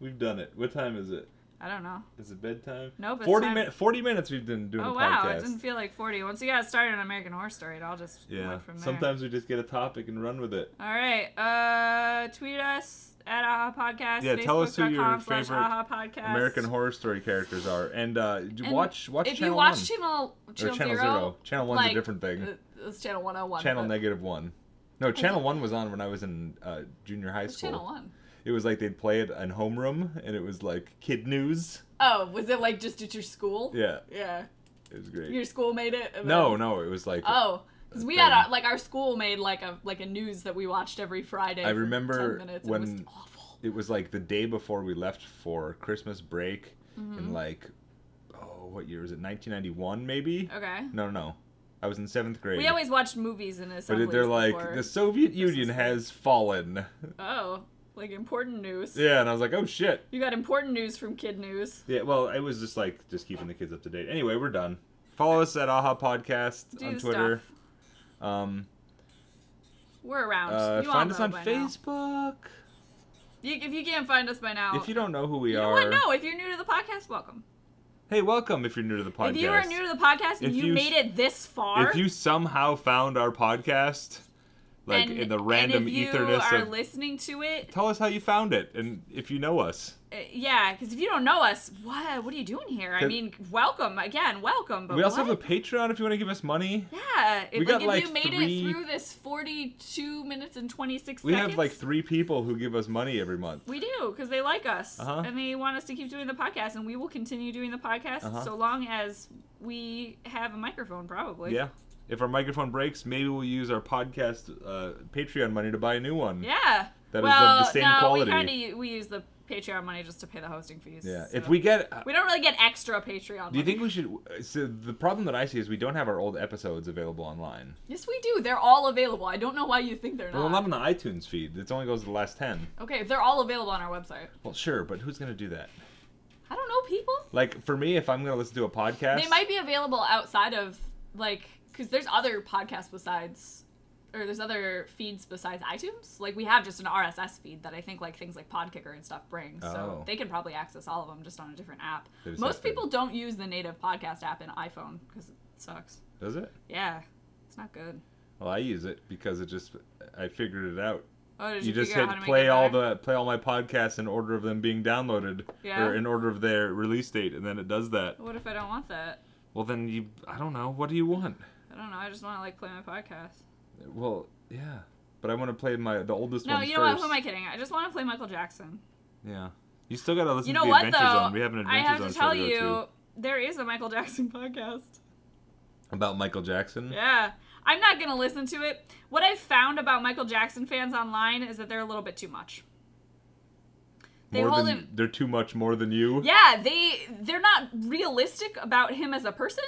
Speaker 2: We've done it. What time is it?
Speaker 3: I don't know.
Speaker 2: Is it bedtime?
Speaker 3: Nope, it's
Speaker 2: Forty
Speaker 3: time-
Speaker 2: minutes. Forty minutes. We've been doing
Speaker 3: Oh
Speaker 2: a
Speaker 3: wow, it
Speaker 2: podcast.
Speaker 3: didn't feel like forty. Once you got started on American Horror Story, it all just
Speaker 2: yeah.
Speaker 3: went from there.
Speaker 2: Sometimes we just get a topic and run with it.
Speaker 3: All right. Uh, tweet us at Aha Podcast.
Speaker 2: Yeah, tell us who your
Speaker 3: facebook.com slash
Speaker 2: favorite
Speaker 3: Aha Podcast.
Speaker 2: American Horror Story characters are, and uh, do
Speaker 3: And
Speaker 2: watch watch
Speaker 3: If
Speaker 2: channel
Speaker 3: you watch
Speaker 2: one
Speaker 3: channel channel,
Speaker 2: or channel
Speaker 3: zero,
Speaker 2: Channel one's
Speaker 3: like,
Speaker 2: a different thing.
Speaker 3: uh, It's channel one hundred one.
Speaker 2: channel negative one. No, channel one was on when I was in uh, junior high
Speaker 3: It's
Speaker 2: school.
Speaker 3: channel one.
Speaker 2: It was like they'd play it in homeroom, and it was like kid news.
Speaker 3: Oh, was it like just at your school?
Speaker 2: Yeah,
Speaker 3: Yeah.
Speaker 2: it was great.
Speaker 3: Your school made it. and
Speaker 2: No,
Speaker 3: then-
Speaker 2: no, it was like
Speaker 3: Oh, because we
Speaker 2: Then-
Speaker 3: had our, like our school made like a like a news that we watched every Friday.
Speaker 2: I
Speaker 3: for
Speaker 2: remember
Speaker 3: 10 minutes. it was
Speaker 2: when-
Speaker 3: awful.
Speaker 2: it was like the day before we left for Christmas break,
Speaker 3: Mm-hmm.
Speaker 2: in like oh, what year was it? 1991 maybe?
Speaker 3: Okay.
Speaker 2: No, no, no. I was in seventh grade.
Speaker 3: We always watched movies in this.
Speaker 2: but it- they're like the Soviet Union
Speaker 3: break.
Speaker 2: has fallen. (laughs)
Speaker 3: Oh, like important news.
Speaker 2: yeah, and I was like, oh shit.
Speaker 3: You got important news from Kid News.
Speaker 2: Yeah, well, it was just like just keeping the kids up to date. Anyway, we're done. Follow us at Aha Podcast
Speaker 3: Do
Speaker 2: on
Speaker 3: the
Speaker 2: Twitter.
Speaker 3: stuff.
Speaker 2: Um,
Speaker 3: We're around.
Speaker 2: uh,
Speaker 3: Um, you all
Speaker 2: find us
Speaker 3: know
Speaker 2: on
Speaker 3: by now.
Speaker 2: Facebook.
Speaker 3: You, if you can't find us by now,
Speaker 2: If you don't know who we
Speaker 3: you know
Speaker 2: are,
Speaker 3: what? No, if you're new to the podcast, welcome.
Speaker 2: hey, welcome. If you're new to the podcast,
Speaker 3: If you are new to the podcast and
Speaker 2: If
Speaker 3: you,
Speaker 2: you-
Speaker 3: made it this far,
Speaker 2: if you somehow found our podcast, like
Speaker 3: and-
Speaker 2: in the random
Speaker 3: and if you
Speaker 2: etherness
Speaker 3: are
Speaker 2: of,
Speaker 3: listening to it,
Speaker 2: tell us how you found it, and if you know us,
Speaker 3: uh, yeah, because if you don't know us, what what are you doing here? I
Speaker 2: 'Cause-
Speaker 3: mean, welcome again, welcome. But
Speaker 2: we also have a
Speaker 3: what?
Speaker 2: Patreon if you want to give us money.
Speaker 3: yeah. If,
Speaker 2: we got,
Speaker 3: if
Speaker 2: like,
Speaker 3: you made
Speaker 2: three-
Speaker 3: it through this 42 minutes and 26
Speaker 2: We
Speaker 3: seconds,
Speaker 2: have like three people who give us money every month.
Speaker 3: we do because they like us
Speaker 2: Uh-huh.
Speaker 3: and they want us to keep doing the podcast, and we will continue doing the podcast
Speaker 2: Uh-huh.
Speaker 3: so long as we have a microphone, probably.
Speaker 2: Yeah. If our microphone breaks, maybe we'll use our podcast uh, Patreon money to buy a new one.
Speaker 3: Yeah.
Speaker 2: That is of
Speaker 3: well,
Speaker 2: the same
Speaker 3: no,
Speaker 2: quality.
Speaker 3: we kind of we use the Patreon money just to pay the hosting fees.
Speaker 2: Yeah.
Speaker 3: so-
Speaker 2: If we get, uh,
Speaker 3: we don't really get extra Patreon.
Speaker 2: do you
Speaker 3: money.
Speaker 2: think we should? So the problem that I see is we don't have our old episodes available online.
Speaker 3: Yes, we do. They're all available. I don't know why you think they're
Speaker 2: Well, not
Speaker 3: not.
Speaker 2: on the iTunes feed. It only goes to the last ten.
Speaker 3: Okay, they're all available on our website.
Speaker 2: Well, sure, but who's gonna do that?
Speaker 3: I don't know people.
Speaker 2: Like for me, if I'm gonna listen to a podcast,
Speaker 3: They might be available outside of like because there's other podcasts besides. Or there's other feeds besides iTunes. Like we have just an RSS feed that I think like things like Podkicker and stuff bring. So
Speaker 2: Oh.
Speaker 3: they can probably access all of them just on a different app.
Speaker 2: They just
Speaker 3: Most
Speaker 2: have to-
Speaker 3: people don't use the native podcast app in iPhone because it sucks.
Speaker 2: Does it?
Speaker 3: Yeah, it's not good.
Speaker 2: Well, I use it because it just I figured it out.
Speaker 3: Oh, did
Speaker 2: You just
Speaker 3: figure
Speaker 2: hit
Speaker 3: out how to make
Speaker 2: play
Speaker 3: it
Speaker 2: all
Speaker 3: better?
Speaker 2: the play all my podcasts in order of them being downloaded
Speaker 3: Yeah.
Speaker 2: or in order of their release date, and then it does that.
Speaker 3: What if I don't want that?
Speaker 2: Well, then you I don't know. What do you want?
Speaker 3: I don't know. I just want to like play my podcast.
Speaker 2: Well, yeah, but I want to play my the oldest
Speaker 3: No,
Speaker 2: ones
Speaker 3: you know what?
Speaker 2: first.
Speaker 3: Who am I kidding? I just want to play Michael Jackson.
Speaker 2: Yeah, you still gotta listen
Speaker 3: You
Speaker 2: to
Speaker 3: know
Speaker 2: the
Speaker 3: what
Speaker 2: Adventure
Speaker 3: though?
Speaker 2: Zone. We have an Adventure
Speaker 3: I have
Speaker 2: Zone
Speaker 3: to tell
Speaker 2: show to
Speaker 3: you,
Speaker 2: go to.
Speaker 3: there is a Michael Jackson (laughs) podcast.
Speaker 2: about Michael Jackson.
Speaker 3: Yeah. I'm not gonna listen to it. What I've found about Michael Jackson fans online is that they're a little bit too much. They
Speaker 2: more
Speaker 3: hold
Speaker 2: than
Speaker 3: him-
Speaker 2: they're too much more than you.
Speaker 3: Yeah, they they're not realistic about him as a person.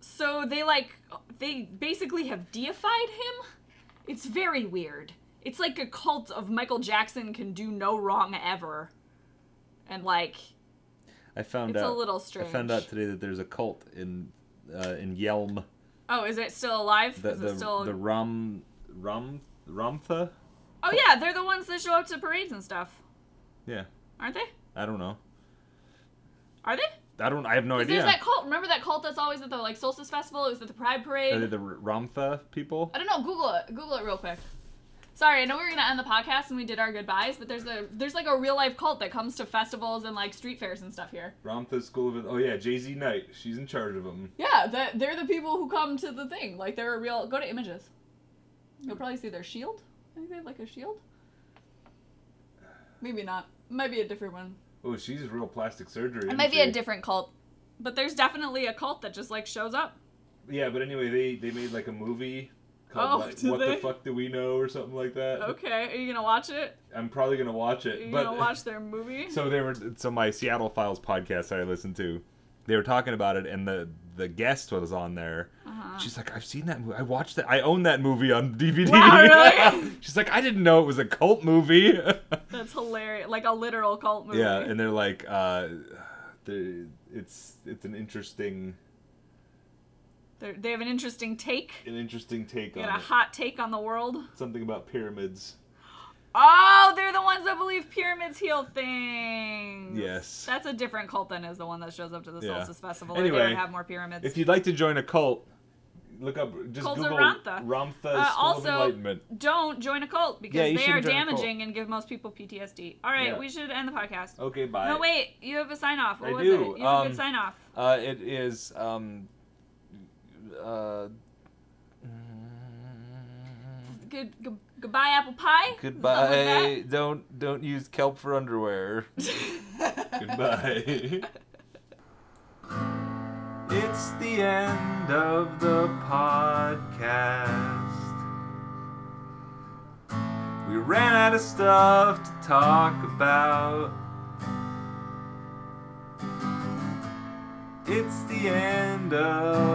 Speaker 3: So they like they basically have deified him. It's very weird. It's like a cult of Michael Jackson can do no wrong ever. And like
Speaker 2: I found
Speaker 3: It's a
Speaker 2: out.
Speaker 3: little
Speaker 2: I found
Speaker 3: strange.
Speaker 2: out today that there's a cult in uh, in Yelm.
Speaker 3: Oh, is it still alive?
Speaker 2: The
Speaker 3: is
Speaker 2: the,
Speaker 3: it still?
Speaker 2: the Ram Ram Ramtha.
Speaker 3: Oh yeah, they're the ones that show up to parades and stuff,
Speaker 2: Yeah,
Speaker 3: aren't they?
Speaker 2: I don't know.
Speaker 3: Are they?
Speaker 2: I don't. I have no
Speaker 3: 'Cause
Speaker 2: idea.
Speaker 3: There's that cult. Remember that cult that's always at the like solstice festival? It was at the pride parade.
Speaker 2: Are they the R- Ramtha people?
Speaker 3: I don't know. Google it. Google it real quick. Sorry, I know we were gonna end the podcast and we did our goodbyes, but there's a there's like a real life cult that comes to festivals and like street fairs and stuff here.
Speaker 2: Ramtha School of. Oh yeah, Jay Z Knight. She's in charge of them.
Speaker 3: Yeah, that they're the people who come to the thing. Like they're a real. Go to images. You'll probably see their shield. I think they have like a shield. Maybe not. Might be a different one.
Speaker 2: Oh, she's real plastic surgery.
Speaker 3: It
Speaker 2: isn't
Speaker 3: might be a
Speaker 2: she?
Speaker 3: different cult. But there's definitely a cult that just like shows up.
Speaker 2: Yeah, but anyway, they they made like a movie
Speaker 3: Oh,
Speaker 2: called like,
Speaker 3: did
Speaker 2: What
Speaker 3: they?
Speaker 2: the Fuck Do We Know or something like that.
Speaker 3: Okay, are you gonna watch it?
Speaker 2: I'm probably gonna watch
Speaker 3: Are
Speaker 2: it.
Speaker 3: you
Speaker 2: but (laughs)
Speaker 3: gonna watch their movie?
Speaker 2: so they were so my Seattle Files podcast that I listened to, they were talking about it, and the the guest was on there.
Speaker 3: Uh-huh.
Speaker 2: She's like, I've seen that movie. I watched that. I own that movie
Speaker 3: (laughs)
Speaker 2: on DVD.
Speaker 3: Wow, really?
Speaker 2: (laughs) She's like, I didn't know it was a cult movie. (laughs)
Speaker 3: That's hilarious. Like a literal cult movie.
Speaker 2: yeah, and they're like, uh, they it's it's an interesting
Speaker 3: They're, they have an interesting take.
Speaker 2: an interesting take
Speaker 3: They
Speaker 2: on
Speaker 3: got a
Speaker 2: it.
Speaker 3: hot take on the world.
Speaker 2: Something about pyramids.
Speaker 3: Oh, they're the ones that believe pyramids heal things.
Speaker 2: Yes.
Speaker 3: That's a different cult than is the one that shows up to the
Speaker 2: Yeah.
Speaker 3: solstice festival. Anyway, they
Speaker 2: Anyway,
Speaker 3: would have more pyramids.
Speaker 2: If you'd like to join a cult, look up just
Speaker 3: Cults of
Speaker 2: Google
Speaker 3: Ramtha.
Speaker 2: Ramtha
Speaker 3: Uh,
Speaker 2: School
Speaker 3: also-
Speaker 2: of Enlightenment.
Speaker 3: Don't join a cult because
Speaker 2: Yeah, you
Speaker 3: they are
Speaker 2: shouldn't join a cult.
Speaker 3: damaging and give most people PTSD. All right,
Speaker 2: Yeah.
Speaker 3: we should end the podcast.
Speaker 2: Okay, bye.
Speaker 3: No, wait. You have a sign off. What
Speaker 2: I
Speaker 3: was
Speaker 2: do,
Speaker 3: it? You have a
Speaker 2: um,
Speaker 3: good sign off.
Speaker 2: Uh, it is um. Uh,
Speaker 3: Good. G- goodbye, apple pie.
Speaker 1: (laughs)
Speaker 2: goodbye. don't don't use kelp for underwear. goodbye.
Speaker 1: (laughs) It's the end of the podcast. We ran out of stuff to talk about. It's the end of